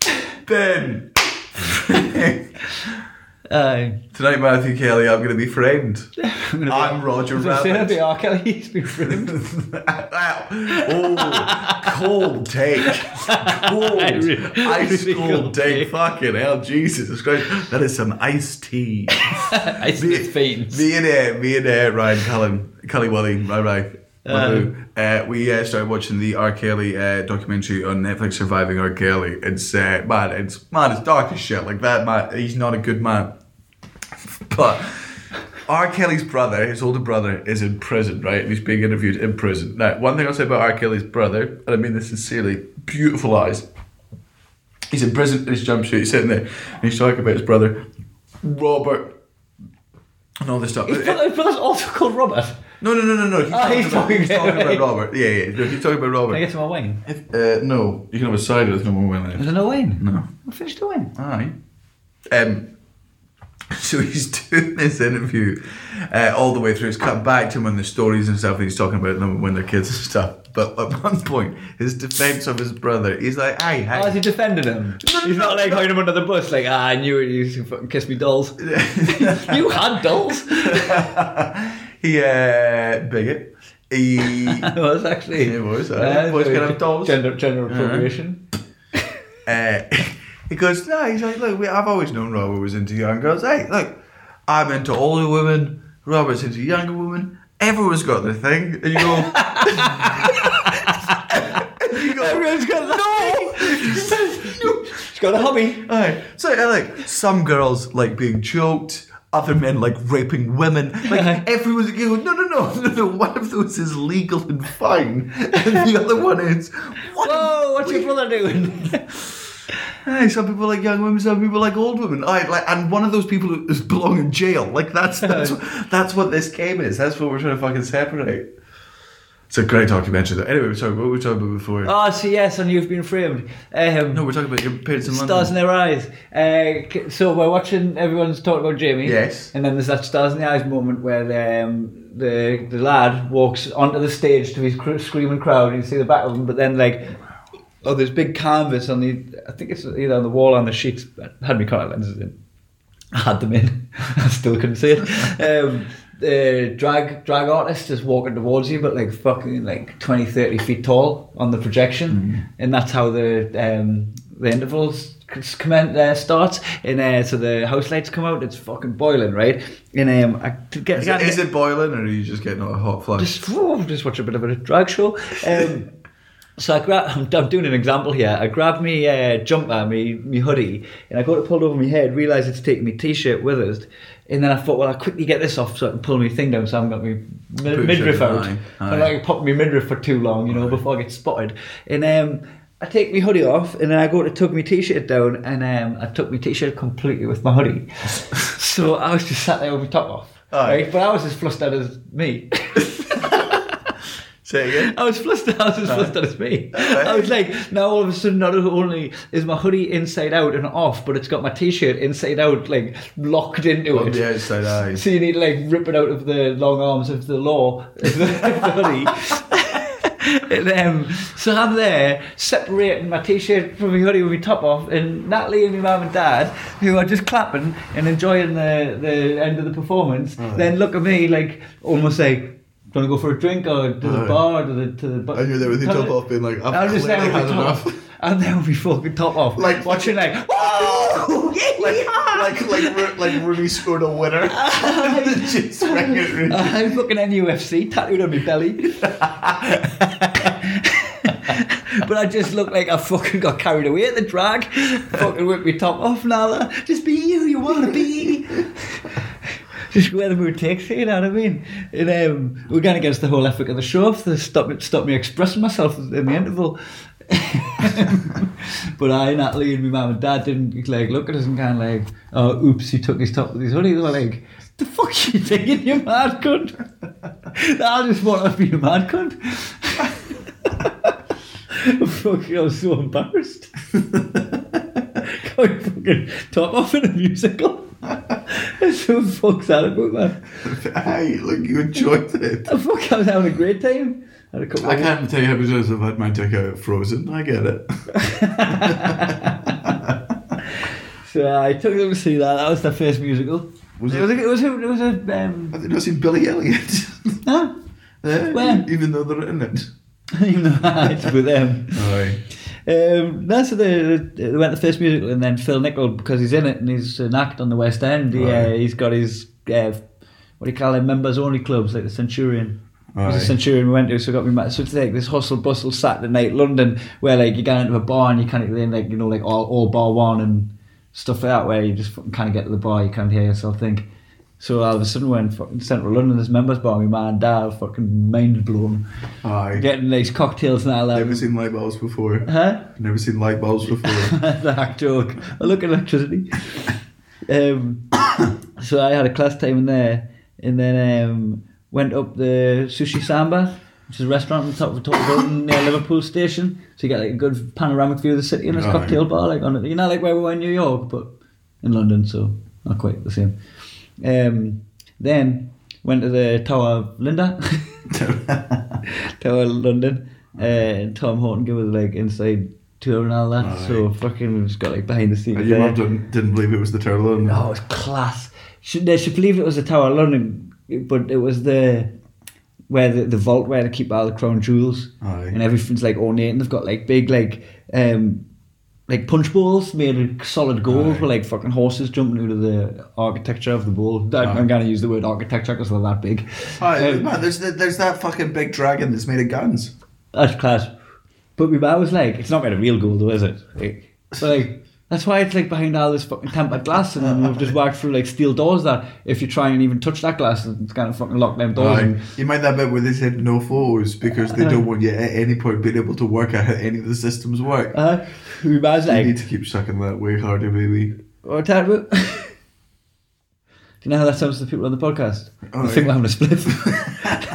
D: Ben.
C: Aye.
D: Tonight, Matthew Kelly, I'm going to be framed.
C: I'm,
D: I'm Roger
C: going
D: Rabbit.
C: R. Kelly. He's been framed.
D: Wow. oh, cold take. Cold.
C: I re-
D: Ice
C: really
D: cold
C: cold
D: take.
C: take.
D: Fucking hell, Jesus Christ. That is some iced tea.
C: I see his veins.
D: Me and uh, me and uh, Ryan Cullen, Cully Willy, Rai Rai.
C: Um,
D: uh, we uh, started watching the R. Kelly uh, documentary on Netflix, Surviving R. Kelly. It's uh, man, it's man, it's dark as shit. Like that man, he's not a good man. But R. Kelly's brother, his older brother, is in prison, right? And he's being interviewed in prison. Now, one thing I'll say about R. Kelly's brother, and I mean this sincerely, beautiful eyes. He's in prison in his jumpsuit, he's sitting there, and he's talking about his brother, Robert, and all this stuff.
C: But that's also called Robert.
D: No, no, no, no, no. He's,
C: Ah,
D: talking,
C: he's
D: about,
C: talking-
D: he's talking about Robert. Yeah, yeah. No, he's talking about
C: Can I
D: Robert.
C: get to my wing?
D: Uh, no, you can have a cider. There's no more wine left.
C: There's no wing.
D: No.
C: I'm finished the wing.
D: Aye. Um, so he's doing this interview uh, all the way through. It's cut back to him on the stories and stuff, and he's talking about them when they're kids and stuff. But at one point, his defense of his brother, he's like, "Aye, aye."
C: Oh, is he defending him? He's not like throwing him under the bus, like, ah, I knew it, you used to fucking kiss me dolls. you had dolls?
D: he uh, bigot. He
C: It was actually.
D: It was, uh, boys can have dolls. Uh-huh.
C: Gender, gender appropriation.
D: uh, he goes, no, he's like, look, we, I've always known Robert was into young girls. Hey, look, I'm into older women. Robert's into younger women. Everyone's got their thing, and you go. And you go,
C: Everyone's got that. No! She's got a hobby.
D: Aye. So uh, like some girls like being choked, other men like raping women.
C: Aye.
D: Like everyone's you go, no no no no no one of those is legal and fine. And the other one is what
C: Whoa, what's your brother doing?
D: Aye, some people like young women, some people like old women. Aye, like, and one of those people is belong in jail. Like that's that's that's what this game is. That's what we're trying to fucking separate. It's a great documentary. Though. Anyway, sorry, what were we talking about before?
C: oh, so yes, and you've been framed. Um,
D: no, we're talking about your parents in
C: Stars
D: London.
C: in Their Eyes. Uh, c- so we're watching. Everyone's talking about Jamie.
D: Yes.
C: And then there's that Stars in the Eyes moment where um, the the lad walks onto the stage to his cr- screaming crowd, and you see the back of him. But then like, oh, there's big canvas on the. I think it's either on the wall or on the sheets. I had my contact lenses in. I had them in. I still couldn't see it. Um, uh, drag drag artist is walking towards you, but like fucking like 20, 30 feet tall on the projection,
D: Mm.
C: and that's how the um, the intervals c- comment uh, starts. And uh, so the house lights come out. It's fucking boiling, right? And um, I to get
D: Is it, is it boiling, or are you just getting a hot flush?
C: just whew, just watch a bit of a drag show. Um, so I grab, I'm, I'm doing an example here. I grab me uh, jumper, me me hoodie, and I got it pulled over my head. Realise it's taking me t-shirt withered, and then I thought, well, I will quickly get this off so I can pull my thing down. So I haven't got my
D: your
C: mid- midriff
D: shirt in
C: out.
D: line.
C: I
D: Aye.
C: like pop my midriff for too long, you know, before I get spotted. And um, I take my hoodie off, and then I go to tug my t-shirt down, and um, I took my t-shirt completely with my hoodie. so I was just sat there with my top off.
D: Aye.
C: right? But I was as flustered as me.
D: Say it again.
C: I was flustered. I was as flustered as me. I was like, now all of a sudden, not only is my hoodie inside out and off, but it's got my t-shirt inside out, like locked into
D: On
C: it.
D: the outside eye.
C: So you need to, like rip it out of the long arms of the law of the, of the hoodie. and, um, so I'm there separating my t-shirt from my hoodie with my top off, and Natalie and my mum and dad, who are just clapping and enjoying the, the end of the performance, then look at me like almost like. Do you want to go for a drink or to the
D: Aye.
C: bar or to the to the bar?
D: And you're there with your top off being like, "I've
C: I'm just there with
D: clearly
C: my
D: had
C: top off.
D: enough."
C: I'm there with my fucking top off.
D: Like-
C: watching like, whoa!
D: Like, like, like, Ro- like Rooney scored a winner.
C: Uh,
D: just rang it, Rooney.
C: I'm Uh, fucking NUFC tattooed on my belly. but I just look like I fucking got carried away at the drag. Fucking whipped my top off now. Just be you, you want to be. Just where the mood takes you, you know what I mean? And um, we're going against the whole ethic of the show if they stop me, stop me expressing myself in the interval. but I, Natalie, and my mum and dad didn't like look at us and kind of like, oh, oops, he took his top with his hoodie. They were like, the fuck you doing, you mad cunt? I just want to be a mad cunt. fucking, I was so embarrassed. Going fucking top off in a musical. That's so fuck's that about, man.
D: Aye, look, you enjoyed it.
C: I fuck, I was having a great time. Had a couple
D: I
C: of-
D: can't tell you how many times I've had my dick out frozen. I get it.
C: So I took them to see that. That was their first musical.
D: Was
C: it,
D: it-
C: was a, it was a, it was a um,
D: Have you not seen Billy Elliot?
C: no,
D: Eh?
C: Where?
D: Even though they're in it.
C: you know, it's with them.
D: Aye.
C: Um, that's what they, they went to the first musical, and then Phil Nichol because he's in it and he's an act on the West End. He, uh,
D: Right.
C: he's got his uh, what do you call them members only clubs like the Centurion. It was
D: Aye.
C: the Centurion we went to, so it got me mad. So it's like this hustle bustle Saturday night London, where like you go into a bar and you kind of then like you know like all, all bar one and stuff like that, where you just fucking kind of get to the bar, you can't hear yourself think. So all of a sudden, when fucking Central London, this members bar, my man, dad, fucking mind blown,
D: Aye.
C: getting these cocktails and all that.
D: Never seen light bulbs before.
C: Huh?
D: Never seen light bulbs before.
C: the hack joke. I look at electricity. Um, so I had a class time in there, and then um, went up the sushi samba, which is a restaurant on the top of a tall building near Liverpool Station. So you get like a good panoramic view of the city and this
D: Right.
C: cocktail bar, like on it. You know, like where we were in New York, but in London, so not quite the same. Um, then went to the Tower of Linda, Tower of London. Uh, and Tom Horton gave us like inside tour and all that. So fucking just got like behind the scenes.
D: and your
C: there.
D: mum didn't, didn't believe it was the turtle. And
C: Oh, it was class. She, they should believe it was the Tower of London, but it was the where the, the vault where they keep all the crown jewels
D: Aye.
C: and everything's like ornate and they've got like big like um like punch bowls made of solid gold
D: Aye.
C: with like fucking horses jumping out of the architecture of the bowl. I-
D: Aye.
C: I'm gonna use the word architecture because they're that big.
D: Aye,
C: Um,
D: man, there's, th- there's that fucking big dragon that's made of guns.
C: that's class. But my man was like, it's not made of real gold though, is it? Like, but like, that's why it's like behind all this fucking tempered glass and then we've just walked through like steel doors that if you try and even touch that glass, it's going to fucking lock them doors.
D: Aye.
C: And,
D: Um, You mind that bit where they said no flows because they don't want you at any point being able to work out how any of the systems work.
C: uh, my man's
D: you need
C: like,
D: to keep sucking that way harder, baby.
C: what time about? Do you know how that sounds to the people on the podcast? I
D: Aye.
C: think we're having a split.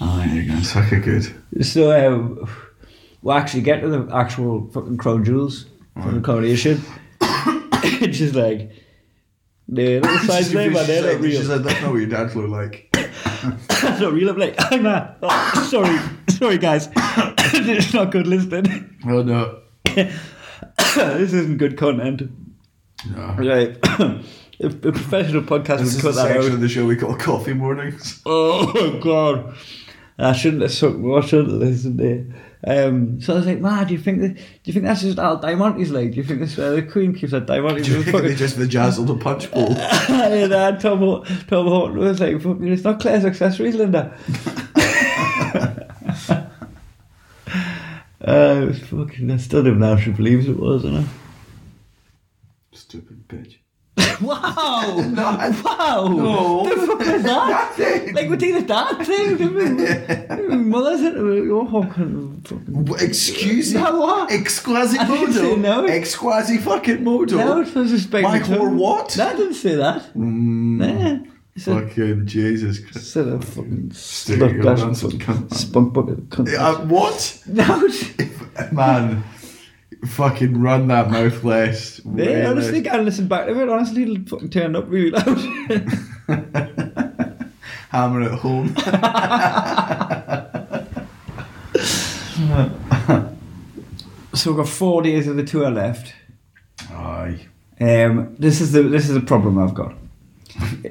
D: Aye, you're going to suck it good.
C: so um, we'll actually get to the actual fucking crown jewels from the coronation. it's just like, the little size name, man, they're not real.
D: She's like, that's not what your dad looked like.
C: That's not real. I'm like, I'm not. Oh, sorry, sorry, guys. it's not good listening.
D: Oh, no.
C: this isn't good content.
D: No.
C: Right. if a professional podcast
D: This
C: would
D: is
C: cut
D: the
C: that
D: section
C: out.
D: of the show we call Coffee Mornings.
C: Oh god. I shouldn't have sucked more, I shouldn't have listened to it. Um, so I was like, Ma, do you think that, do you think that's just all Diamante's like? Do you think this is where the Queen keeps her Diamante's?
D: Do you think they just vajazzled a punch bowl?
C: and then Tom, Ho- Tom Horton was like, fucking, it's not Claire's accessories, Linda. uh, it was fucking, I still don't know if she believes it was, and
D: Stupid bitch.
C: Wow!
D: No, I-
C: wow!
D: No.
C: The fuck was that?
D: Nothing.
C: like, we did a dad thing, didn't we? Mother's it, you're fucking. fucking
D: W- Excuse me.
C: No, what?
D: Exquasi
C: I didn't
D: modo.
C: say no.
D: Exquasi fucking modo.
C: No, it was a
D: My whore what?
C: No, I didn't say that.
D: Mm,
C: Nah. I said-
D: Fucking Jesus Christ.
C: said a fucking
D: Stick
C: slut
D: your
C: glass
D: hands
C: fucking
D: up, cunt.
C: spunk bucket cunt.
D: Uh, what?
C: No,
D: Man. Fucking run that mouth less. Way
C: yeah, honestly,
D: less.
C: I listened back to it. Honestly, it fucking turned up really loud.
D: Hammer at home.
C: so we've got four days of the tour left.
D: Aye.
C: Um, this is the this is the problem I've got.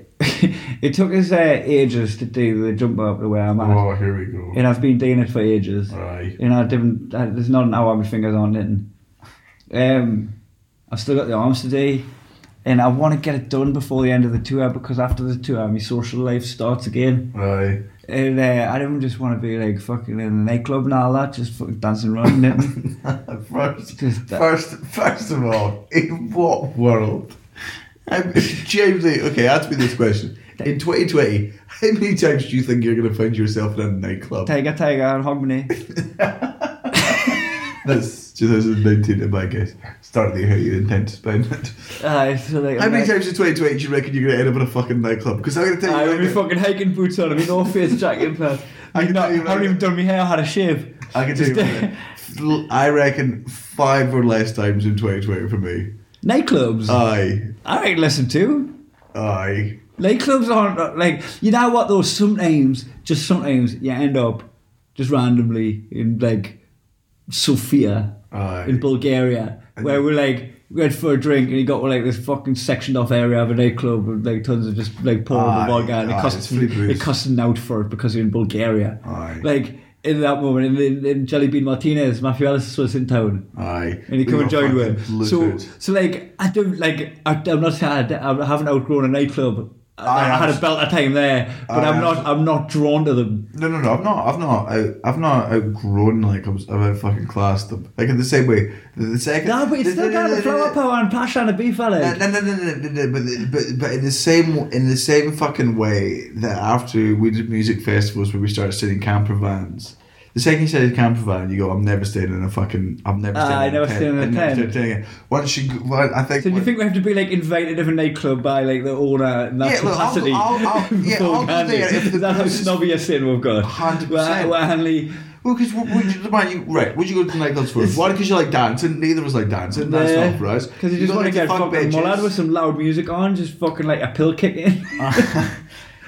C: it took us uh, ages to do the jump up the way I'm at,
D: Oh, here we go.
C: and I've been doing it for ages.
D: Aye.
C: And I didn't. I, there's not an hour my fingers on knitting. Um, I've still got the arms today, and I want to get it done before the end of the tour because after the tour, my social life starts again.
D: Aye.
C: And uh, I don't just want to be like fucking in a nightclub and all that, just fucking dancing around knitting.
D: first,
C: Just that-
D: first, first of all, in what world? Um, James, Lee, okay, ask me this question. In 2020, how many times do you think you're going to find yourself in a nightclub?
C: tiger, tiger, and harmony.
D: That's 2019, in my guess. Start of the year, how you intend to spend it.
C: Aye, so like,
D: How
C: I'm
D: many
C: like-
D: times in 2020 do you reckon you're going to end up in a fucking nightclub? Because I'm going to tell you.
C: I would be
D: right now-
C: fucking hiking boots on. I mean, no face jacket, man.
D: I
C: I,
D: can
C: not,
D: tell you
C: I haven't
D: right
C: even
D: now-
C: done my hair. I had a shave.
D: I can tell you.
C: Just-
D: right now, I reckon five or less times in 2020 for me.
C: Nightclubs.
D: Aye.
C: I reckon listen to.
D: Aye.
C: Nightclubs aren't uh, like you know what though. Sometimes, just sometimes, you end up just randomly in like Sofia
D: Aye.
C: in Bulgaria where we like went for a drink and he got like this fucking sectioned off area of a nightclub with like tons of just like pouring
D: Aye,
C: vodka and it
D: aye,
C: cost
D: it's
C: him,
D: free booze.
C: it cost him out for it because you're in Bulgaria.
D: Aye.
C: Like in that moment, and then then Jelly Bean Martinez, Matthew Ellis was in town.
D: Aye.
C: And he
D: We
C: come and
D: were
C: joined
D: fucking
C: with. So,
D: looted.
C: so like I don't like I, I'm not saying I, I haven't outgrown a nightclub. I,
D: Aye,
C: I had a
D: abs-
C: belt of time there, but
D: Aye,
C: I'm not
D: abs-
C: I'm not drawn to them.
D: No, no, no. I've not. I've not. Out, I've not outgrown like I was. I've out fucking classed them. Like in the same way. The, the second.
C: No, but you still got the flower power and passion and a beef fella.
D: No, no, no, no, no, no, no, But but but in the same in the same fucking way that after we did music festivals where we started sitting camper vans. The second you said camper van, you go, I'm never staying in a fucking. I'm never staying.
C: Ah, I
D: in
C: never
D: a tent.
C: stayed in a
D: I never
C: tent.
D: stayed in a tent. Once you, go- well, I think.
C: So do you
D: when-
C: think we have to be like invited of a nightclub by like the owner in that
D: Yeah, look, I'll go-
C: capacity?
D: I'll- I'll- yeah, I'll go
C: beforehand?
D: there if the
C: Is that how
D: person's-
C: snobby a sin we've got?
D: 100%.
C: Where, where Hanley,
D: Well, because what would you, why you right? Would you go to nightclubs for? One, because you like dancing. Neither of us like dancing. That's not for us.
C: Because you just
D: go
C: want to
D: there
C: get
D: fuck
C: fucking mullad
D: bitches.
C: with some loud music on, just fucking like a pill kick in.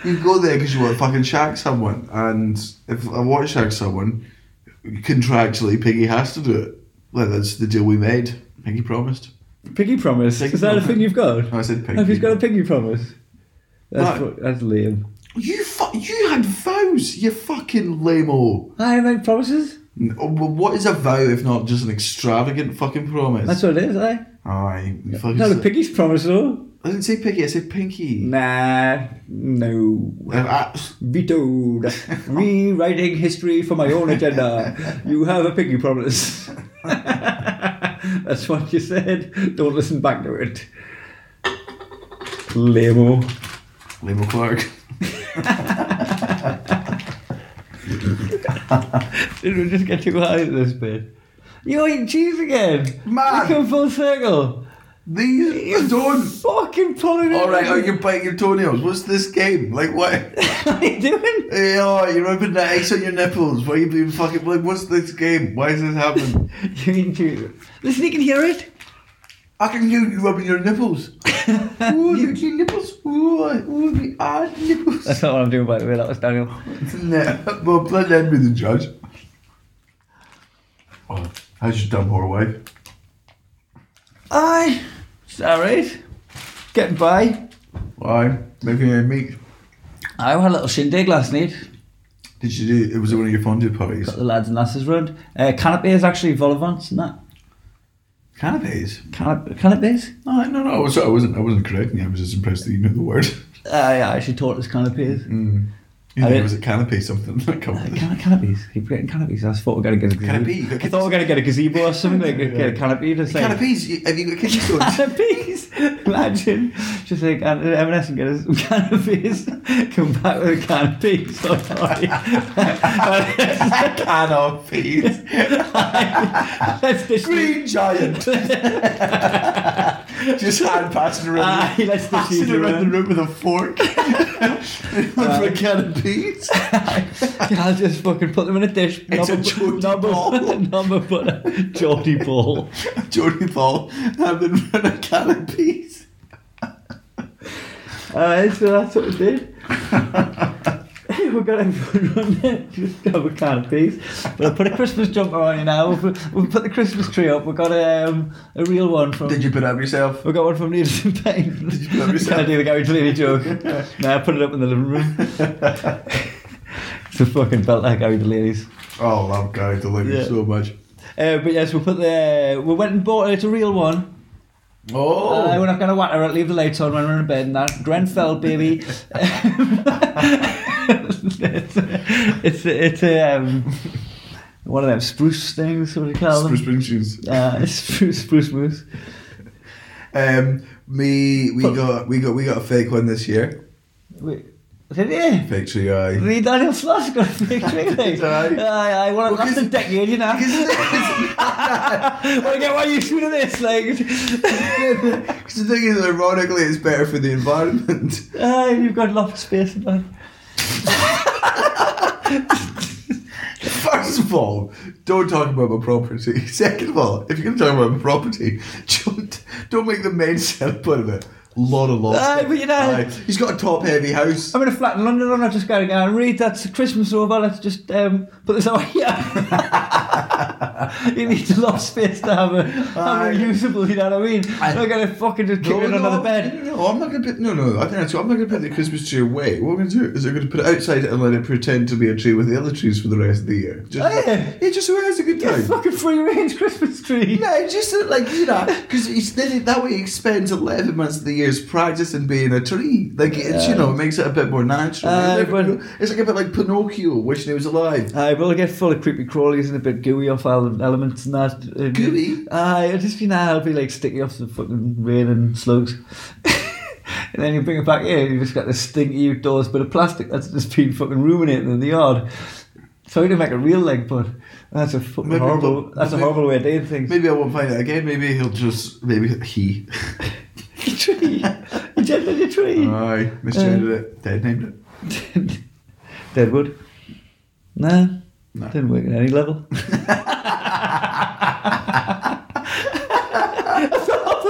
D: you go there because you want to fucking shag someone, and if I want to shag someone, contractually, Piggy has to do it. Like that's the deal we made. Piggy promised.
C: piggy promise.
D: Piggy
C: Is that a
D: promise.
C: thing you've got?
D: I said
C: Have you
D: piggy.
C: got a piggy promise? That's,
D: No.
C: fu- that's lame.
D: You fu- You had vows. You fucking lame-o.
C: I make promises.
D: N- oh, well, What is a vow if not just an extravagant fucking promise?
C: That's what it is, eh?
D: Aye, you fucking.
C: No,
D: s-
C: the piggy's promise though.
D: I didn't say piggy. I said pinky. Uh,
C: Nah, no.
D: And I-
C: vetoed. Rewriting history for my own agenda. You have a piggy promise. That's what you said. Don't listen back to it. Lemo.
D: Limo Clark.
C: Did we just get too high at this bit? You're eating cheese again.
D: Man.
C: You come full circle.
D: These you don't.
C: Fucking pulling it.
D: All right, oh, you bite your toenails. What's this game? Like what?
C: What are you doing?
D: Hey, oh, you're rubbing that X on your nipples. Why are you being fucking like? What's this game? Why is this happening?
C: You're eating cheese. Listen, you can hear it.
D: I can hear you rubbing your nipples. Ooh, look at your nipples. Ooh, I- ooh, the odd nipples.
C: That's not what I'm doing, by the way. That was Daniel.
D: nah, well, blood end be the judge. Oh, how's your dumb whore wife?
C: Aye. It's alright. Getting by.
D: Why? Making her meat.
C: I had a little shindig last night.
D: Did you do? It was one of your fondue parties.
C: Got the lads and lasses round. Uh, canapé is actually volivants and that.
D: Canapes.
C: Canap- canapés?
D: No, no, no. So I wasn't. I wasn't correcting. you. I was just impressed that you knew the word.
C: Uh, yeah, I actually taught us canapés.
D: You
C: I
D: think
C: did-
D: it was a canopy something that come with it.
C: Uh, Can- canopies. Keep getting canopies. I just thought we were going to get a gazebo.
D: Canopy. You got
C: I thought we were going to get a gazebo or something. Like, Get a canopy. Just like,
D: Canopies? You- Have you got kidney stones?
C: Canopies. Imagine. Just like and M&S and get us some canopies. Come back with a canopy. Sorry.
D: canopies.
C: Let's dish
D: Green giant. Just hand passing around.
C: Aye, let's just
D: passing
C: use your
D: around the
C: own.
D: room with a fork.
C: Uh,
D: For canopies.
C: Yeah, I'll just fucking put them in a dish.
D: It's
C: Number-
D: a Geordie
C: number,
D: ball.
C: number butter. Geordie ball.
D: Jordy Paul having run a canopies.
C: Uh, so that's what we did. We're gonna run it, just have a can of peas. But I put a Christmas jumper on you now. We've put, we've put the Christmas tree up. We've got a, um, a real one from.
D: Did you put up yourself?
C: we got one from Needles and Pain. Did
D: you put up yourself?
C: I do the Gary Cleary joke. no, I put it up in the living room. it's a fucking belt like Gary Delaney's.
D: Oh, love Gary Delaney
C: Yeah.
D: so much.
C: Uh, but yes, we put the we went and bought it. It's a real one.
D: Oh,
C: Uh, we're not going to water it, leave the lights on when we're in bed and that. Grenfell, baby. it's it's, it's um, one of them spruce things, what do you call them?
D: Bruce Springsteen's.
C: Uh, it's spruce, spruce moose.
D: Um, me, we
C: But-
D: got, we got, we got a fake one this year.
C: Wait, did you?
D: Fake tree eye.
C: The Daniel Sloss got a big tree thing.
D: Did I?
C: I, I want to
D: Well,
C: last a
D: 'cause-
C: decade, you know.
D: Because
C: want to get one use out of this, like.
D: the thing is, ironically, it's better for the environment.
C: Ah, you've got loft space in that.
D: First of all, don't talk about my property. Second of all, if you're going to talk about my property, don't, don't make the main sell part of it. Lot of loss.
C: Aye, but you know-
D: he's got a top heavy house.
C: I'm in a flat in London and I've just got to go and read that's Christmas over, let's just um, put this out here. you need a lot of space to have a, have
D: Aye.
C: a usable, you know what I mean?
D: Aye.
C: Look at it fucking just kicking it under the bed.
D: No, no, I'm not gonna put. No, no, I think that's- I'm not gonna put the Christmas tree away. What we're gonna do is we're gonna put it outside and let it pretend to be a tree with the other trees for the rest of the year. Just,
C: Oh, yeah.
D: yeah, just so it has a good time.
C: Fucking free range Christmas tree.
D: No, just uh, like you know, because then that way he spends eleven months of the year's practicing being a tree. Like it's you know, it makes it a bit more natural.
C: Aye,
D: Like,
C: but-
D: it's like a bit like Pinocchio wishing he was alive.
C: Aye, we'll get full of creepy crawlies and a bit gooey off ele- elements and that. Um,
D: Gooey?
C: Aye, it'll just be nah, it'll be like sticky off the fucking rain and slugs. and then you bring it back here and you've just got this stinky outdoors bit of plastic that's just been fucking ruminating in the yard. Sorry to make a real leg, but that's a fucking
D: Maybe
C: horrible,
D: we'll-
C: that's a
D: maybe-
C: horrible way of doing things.
D: Maybe I won't find it again. Maybe he'll just maybe he.
C: Your tree. you gendered your tree.
D: Aye, misgendered it. Dead named it.
C: Deadwood. Nah.
D: No.
C: Didn't work at any level. I fell off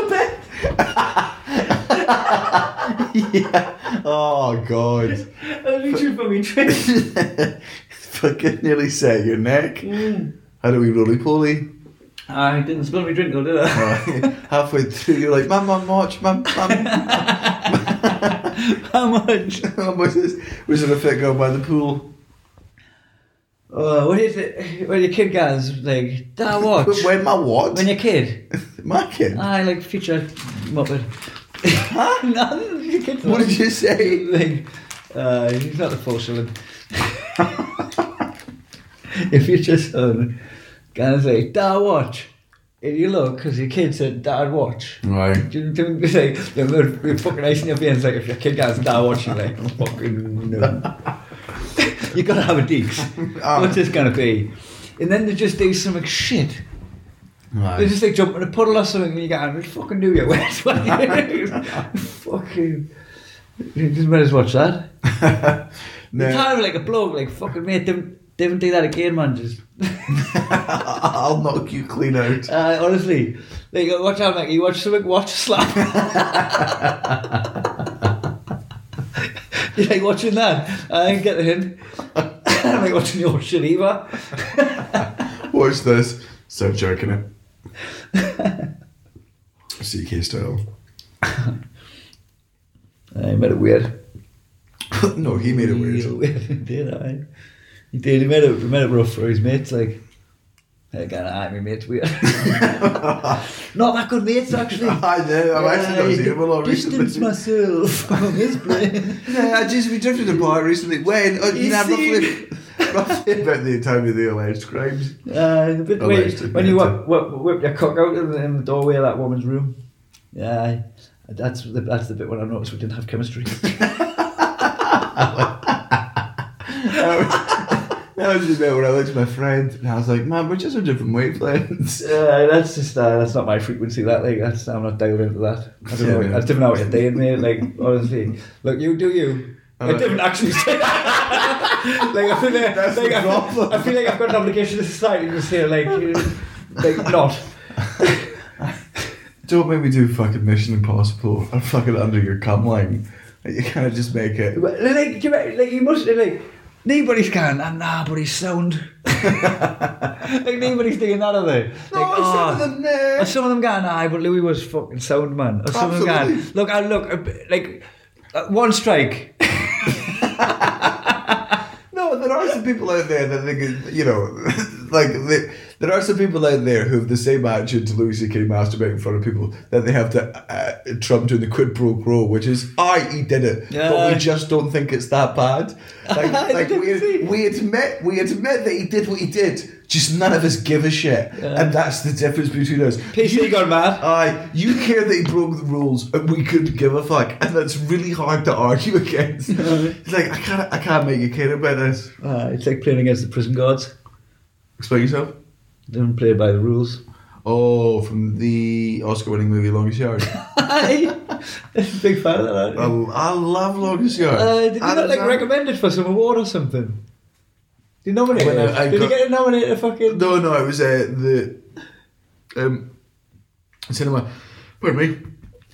C: the bed.
D: Oh God.
C: I need you for me tree.
D: Fucking nearly set your neck. How do we roly poly?
C: I didn't spill my drink though, did I?
D: Halfway through, you're like, Mum, Mum, watch, Mum, Mum.
C: How much?
D: Mum was this? Was it a fit girl by the pool?
C: Oh, what is it? When your kid guys like, that watch.
D: But When my what?
C: When your kid,
D: my kid.
C: I like feature Muppet. Huh? no, your kid.
D: What did you say?
C: Like, uh, he's not the full shilling. if you just um, son, guys like, Dad watch. And you look, because your kid said, Dad watch.
D: Right.
C: Do you do you say they're, they're fucking icing your veins like if your kid gets that watching like fucking no. you gotta have a deeks.
D: Ah.
C: What's this gonna be? And then they just do some like, shit. They just like jump in a puddle or something and you get and fucking do your wet. fucking you just might as well watch that. You
D: no,
C: can't have like a bloke like fucking mate, don't don't do that again man just
D: I'll knock you clean out.
C: Uh, honestly, like uh, watch out, Maggie. Watch something. Watch slap. you like watching that? I didn't get the hint. I don't like watching your shit either.
D: Watch this. Start jerking it. CK style.
C: I Uh, made it weird.
D: no, he made it
C: He
D: weird.
C: weird. He did I? He did. He made it. He made it rough for his mates. Like, hey, kind of, I my mates weird. Not that good mates actually.
D: I know, I'm actually not seeing him a lot recently.
C: Distance myself from his brain.
D: No, I just we drifted apart recently. When? Oh,
C: You
D: you know,
C: see-
D: roughly, roughly about the time of the alleged crimes.
C: Uh, but
D: Oh,
C: wait,
D: right, it's
C: when you
D: meant
C: whip, whip, whip your cock out in the, in the doorway of that woman's room, yeah, that's the, that's the bit when I noticed we didn't have chemistry.
D: That was the bit where I looked at my friend and I was like, man, we're just on different wavelengths.
C: uh, that's just uh, that's not my frequency. That like that's I'm not dialed into that. I don't know.
D: Yeah,
C: I don't know what you're doing, mate. Like honestly, look, you do you. I
D: Uh,
C: didn't actually say that. like I feel like,
D: That's
C: like
D: the
C: I, feel,
D: problem.
C: I feel like I've got an obligation to society to say like you know, like not.
D: Don't make me do fucking Mission Impossible. I'm fucking under your cum line. Like, you kind of just make it.
C: But, Like, do you, re- like, you must, like, nobody's going, and nobody's sound. like, nobody's doing that, are they?
D: No,
C: like, ah.
D: some of them, nah.
C: Or some of them going, aye, but Louis was fucking sound, man. Or some of them going,
D: Absolutely.
C: look, I look, a bit- like, uh, one strike.
D: No, there are some people out there that think, it- you know, like, they, there are some people out there who have the same attitude to Louis C.K. masturbating in front of people that they have to uh, Trump doing the quid pro quo, which is, I, he did it, but
C: Yeah.
D: we just don't think it's that bad. Like,
C: I
D: like
C: didn't see.
D: we, we admit we admit that he did what he did, just none of us give a shit. And that's the difference between us.
C: PC gone mad.
D: Aye, you care that he broke the rules, and we couldn't give a fuck, and that's really hard to argue against. it's like I can't, I can't make you care about this.
C: Uh, it's like playing against the prison guards.
D: Explain yourself.
C: They don't play by the rules.
D: Oh, from the Oscar-winning movie Longest Yard.
C: Aye. Big fan of that, aren't you?
D: I, I love Longest Yard.
C: Uh, did you not
D: Adam
C: like
D: Sandler.
C: recommend it for some award or something? Did you nominate
D: When
C: it?
D: I- I
C: Did you
D: got-
C: get it nominated? Fucking
D: No, no, it was uh, the um, cinema. Pardon me.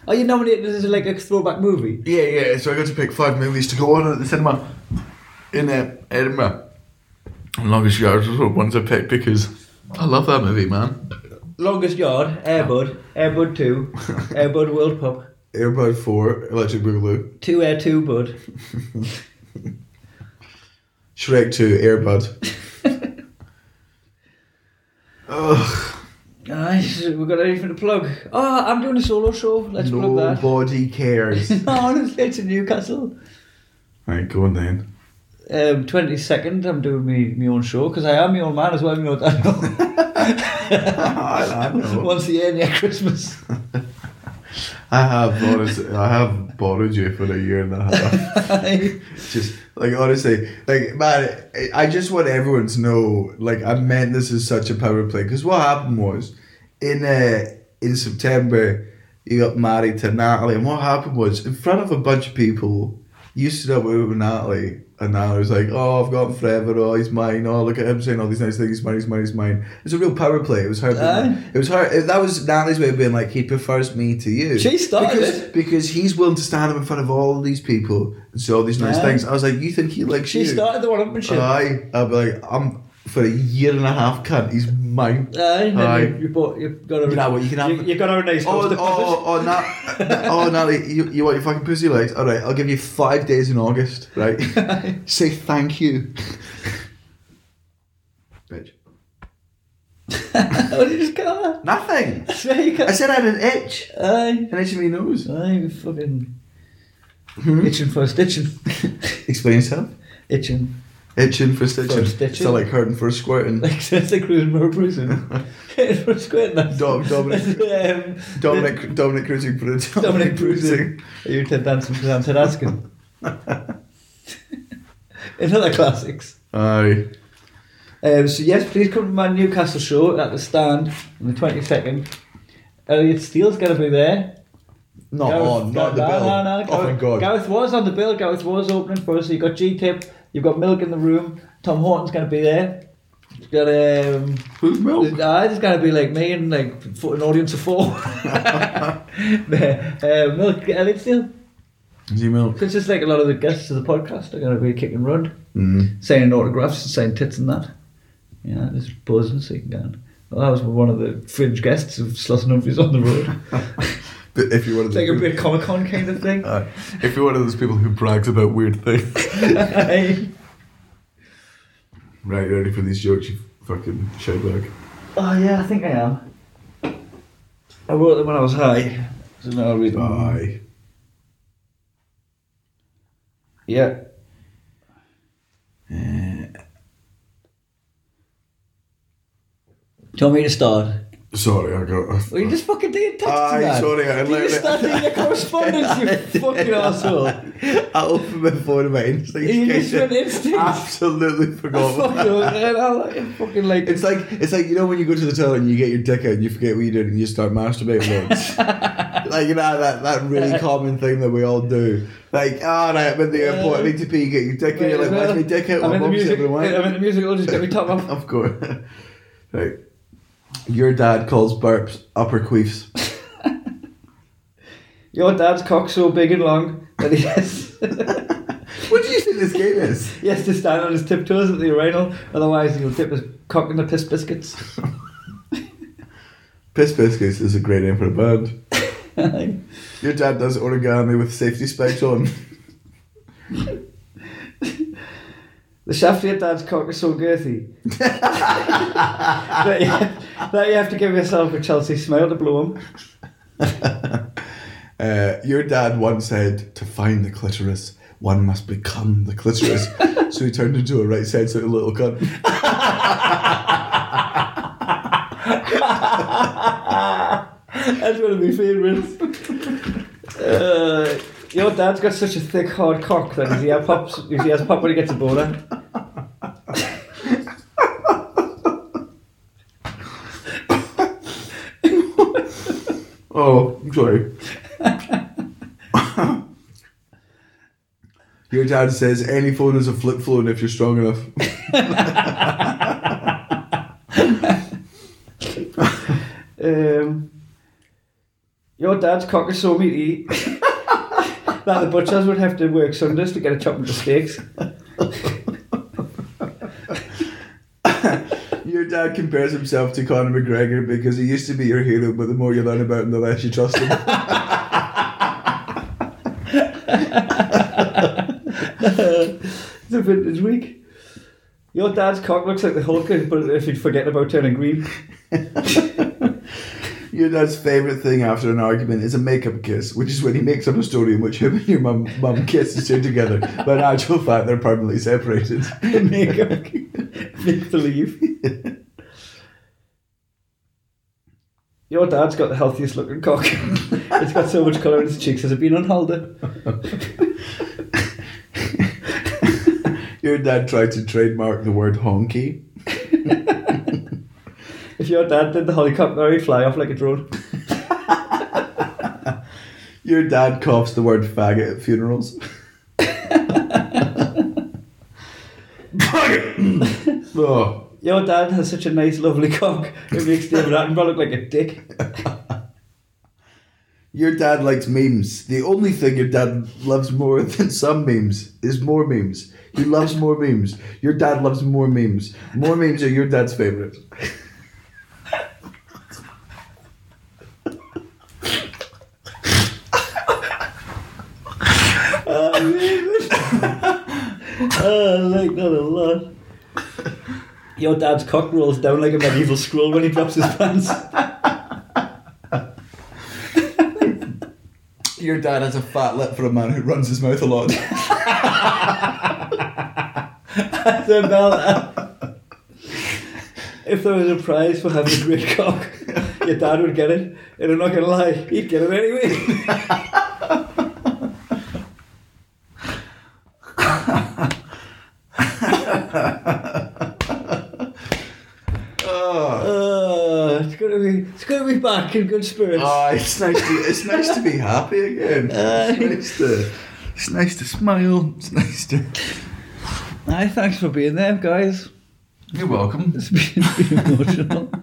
C: Are you nominated as like a throwback movie?
D: Yeah, yeah. So I got to pick five movies to go on at the cinema in uh, Edinburgh. And Longest Yard was one I picked because I love that movie, man.
C: Longest Yard, Airbud, Airbud 2, Airbud World Cup,
D: Airbud 4, Electric Boogaloo,
C: 2 Air 2 Bud.
D: Shrek 2, Airbud. Ugh,
C: Nice, we got anything to plug. Oh, I'm doing a solo show, let's plug that.
D: nobody cares.
C: Honestly, it's in Newcastle.
D: Alright, go on then.
C: Um, 22nd, I'm doing me, my own show because I am my own man as well. My own,
D: I know.
C: Once a year near Christmas.
D: I have borrowed, I have borrowed you for a year and a half. just like honestly, like man, I- I just want everyone to know. Like I meant this is such a power play because what happened was in uh, in September you got married to Natalie, and what happened was in front of a bunch of people you stood up with Natalie, and Natalie was like, "Oh, I've got him forever. Oh, he's mine. Oh, look at him saying all these nice things. He's mine. He's mine. He's mine." It's a real power play. It was her. being like-
C: Aye.
D: it was her. it- that was Natalie's way of being like, "He prefers me to you."
C: She started
D: because,
C: it.
D: because he's willing to stand up in front of all these people and say all these nice
C: Aye.
D: things. I was like, "You think he likes
C: she
D: you?" Uh,
C: started the one up and shit.
D: Aye. I'd be like, "I'm for a year and a half, cunt. He's mine."
C: Aye, and
D: Aye.
C: then you, you bought, you've got a,
D: You know what, you can have-
C: you, have got a nice
D: Oh,
C: house
D: oh,
C: to
D: oh, oh, Nat, oh, Natalie, you, you want your fucking pussy legs? All right, I'll give you five days in August, right? Say thank you. Bitch.
C: publish. How did you just get on that?
D: Nothing.
C: That's where you
D: I
C: got-
D: said I had an itch.
C: Aye.
D: An itch in my nose.
C: Aye, you fucking
D: Hmm?
C: itching for a stitching.
D: Explain yourself.
C: itching.
D: Itching for stitching.
C: For stitching.
D: Still like hurting for squirting.
C: Like, that's the cruise mirror prison. it was great, that.
D: Dom- Dominic-
C: um,
D: Dominic, Dominic Cruising put it down.
C: Dominic Bruising. You Ted Danson because I'm Ted Askin. In other classics.
D: Aye.
C: Um, so yes, please come to my Newcastle show at the stand on the 22nd. Elliot Steele's going to be there.
D: Not
C: Gareth-
D: on, Oh, not
C: no,
D: the bill.
C: No, no,
D: oh,
C: Gareth,
D: thank God.
C: Gareth was on the bill. Gareth was opening for us. So you've got G-Tip. You've got Milk in the room. Tom Horton's going to be there. You've got, um...
D: Who's milk?
C: Nah, it's going to be like me and like for an audience of four. uh, milk, uh, Elliot Steele.
D: Is he milk?
C: Because just like a lot of the guests of the podcast are going to be kicking round,
D: Mm.
C: signing autographs and signing tits and that. Yeah, just buzzing so you can go. on. Well, that was one of the fringe guests of Slosson Humphries on the road.
D: But if you're one of
C: it's
D: those
C: like a
D: people,
C: bit Comic Con kind of thing.
D: Aye. if you're one of those people who brags about weird things, right? Ready for these jokes? You fucking shitbag.
C: oh yeah, I think I am. I wrote them when I was high, so now I'll read them.
D: Aye.
C: Yeah. Uh, Do you want me to start?
D: Sorry, I got.
C: Well, you just fucking did text
D: Aye,
C: that.
D: sorry, I
C: you just
D: literally-
C: started doing your correspondence, you fucking asshole.
D: I opened my phone and my instincts.
C: You
D: kicked
C: just went
D: in.
C: instinct.
D: Ah, Absolutely forgot. about
C: Fuck you,
D: that.
C: man. I like- fucking like.
D: It's like it's like you know when you go to the toilet and you get your dick out and you forget what you did and you start masturbating. loads. like you know that that
C: Uh,
D: really common thing that we all do. Like ah, oh, right, I'm at the airport. I need to pee. You get your dick out. You're like, where's my dick out?
C: I'm
D: My
C: in the
D: mum's
C: music.
D: never
C: I'm
D: went.
C: in the music. I'll just get me top off.
D: Of course. Right. Your dad calls burps upper queefs.
C: Your dad's cock so big and long that he has,
D: what do you think this game is?
C: he has to stand on his tiptoes at the urinal, otherwise he'll dip his cock in the piss biscuits.
D: Piss Biscuits is a great name for a band. Your dad does origami with safety spikes on.
C: The shaft of your dad's cock is so girthy that, you have, that you have to give yourself a Chelsea smile to blow him.
D: Uh, your dad once said, to find the clitoris, one must become the clitoris. so he turned into a right sensitive little cunt.
C: That's one of my favourites. Uh, your dad's got such a thick, hard cock that if he has pops, if he has a pop when he gets a boner.
D: Oh, I'm sorry. your dad says, any phone is a flip phone if you're strong enough.
C: Um, your dad's cock is so meaty that the butchers would have to work Sundays to get a chop into steaks.
D: Your dad compares himself to Conor McGregor because he used to be your hero, but the more you learn about him, the less you trust him.
C: it's a bit it's weak. Your dad's cock looks like the Hulk, but if he'd forget about turning green.
D: Your dad's favourite thing after an argument is a makeup kiss, which is when he makes up a story in which him and your mum, mum kiss and stay together, but in actual fact they're permanently separated.
C: Makeup, make believe. Your dad's got the healthiest looking cock. it's got so much colour in its cheeks. Has it been on holiday?
D: Your dad tried to trademark the word honky.
C: If your dad did the helicopter, he'd fly off like a drone.
D: Your dad coughs the word faggot at funerals. faggot! oh.
C: Your dad has such a nice, lovely cock. It makes David Attenborough look like a dick.
D: Your dad likes memes. The only thing your dad loves more than some memes is more memes. He loves more memes. Your dad loves more memes. More memes are your dad's favorite.
C: Oh, I like that a lot. Your dad's cock rolls down like a medieval scroll when he drops his pants.
D: Your dad has a fat lip for a man who runs his mouth a lot.
C: That's about If there was a prize for having a great cock, your dad would get it. And I'm not going to lie, he'd get it anyway.
D: Ah,
C: Uh, it's gonna be, it's gonna be back in good spirits.
D: Ah, it's nice to it's nice to be happy again. It's nice to it's nice to smile. It's nice to
C: Aye, thanks for being there, guys.
E: You're welcome.
C: It's been, been emotional.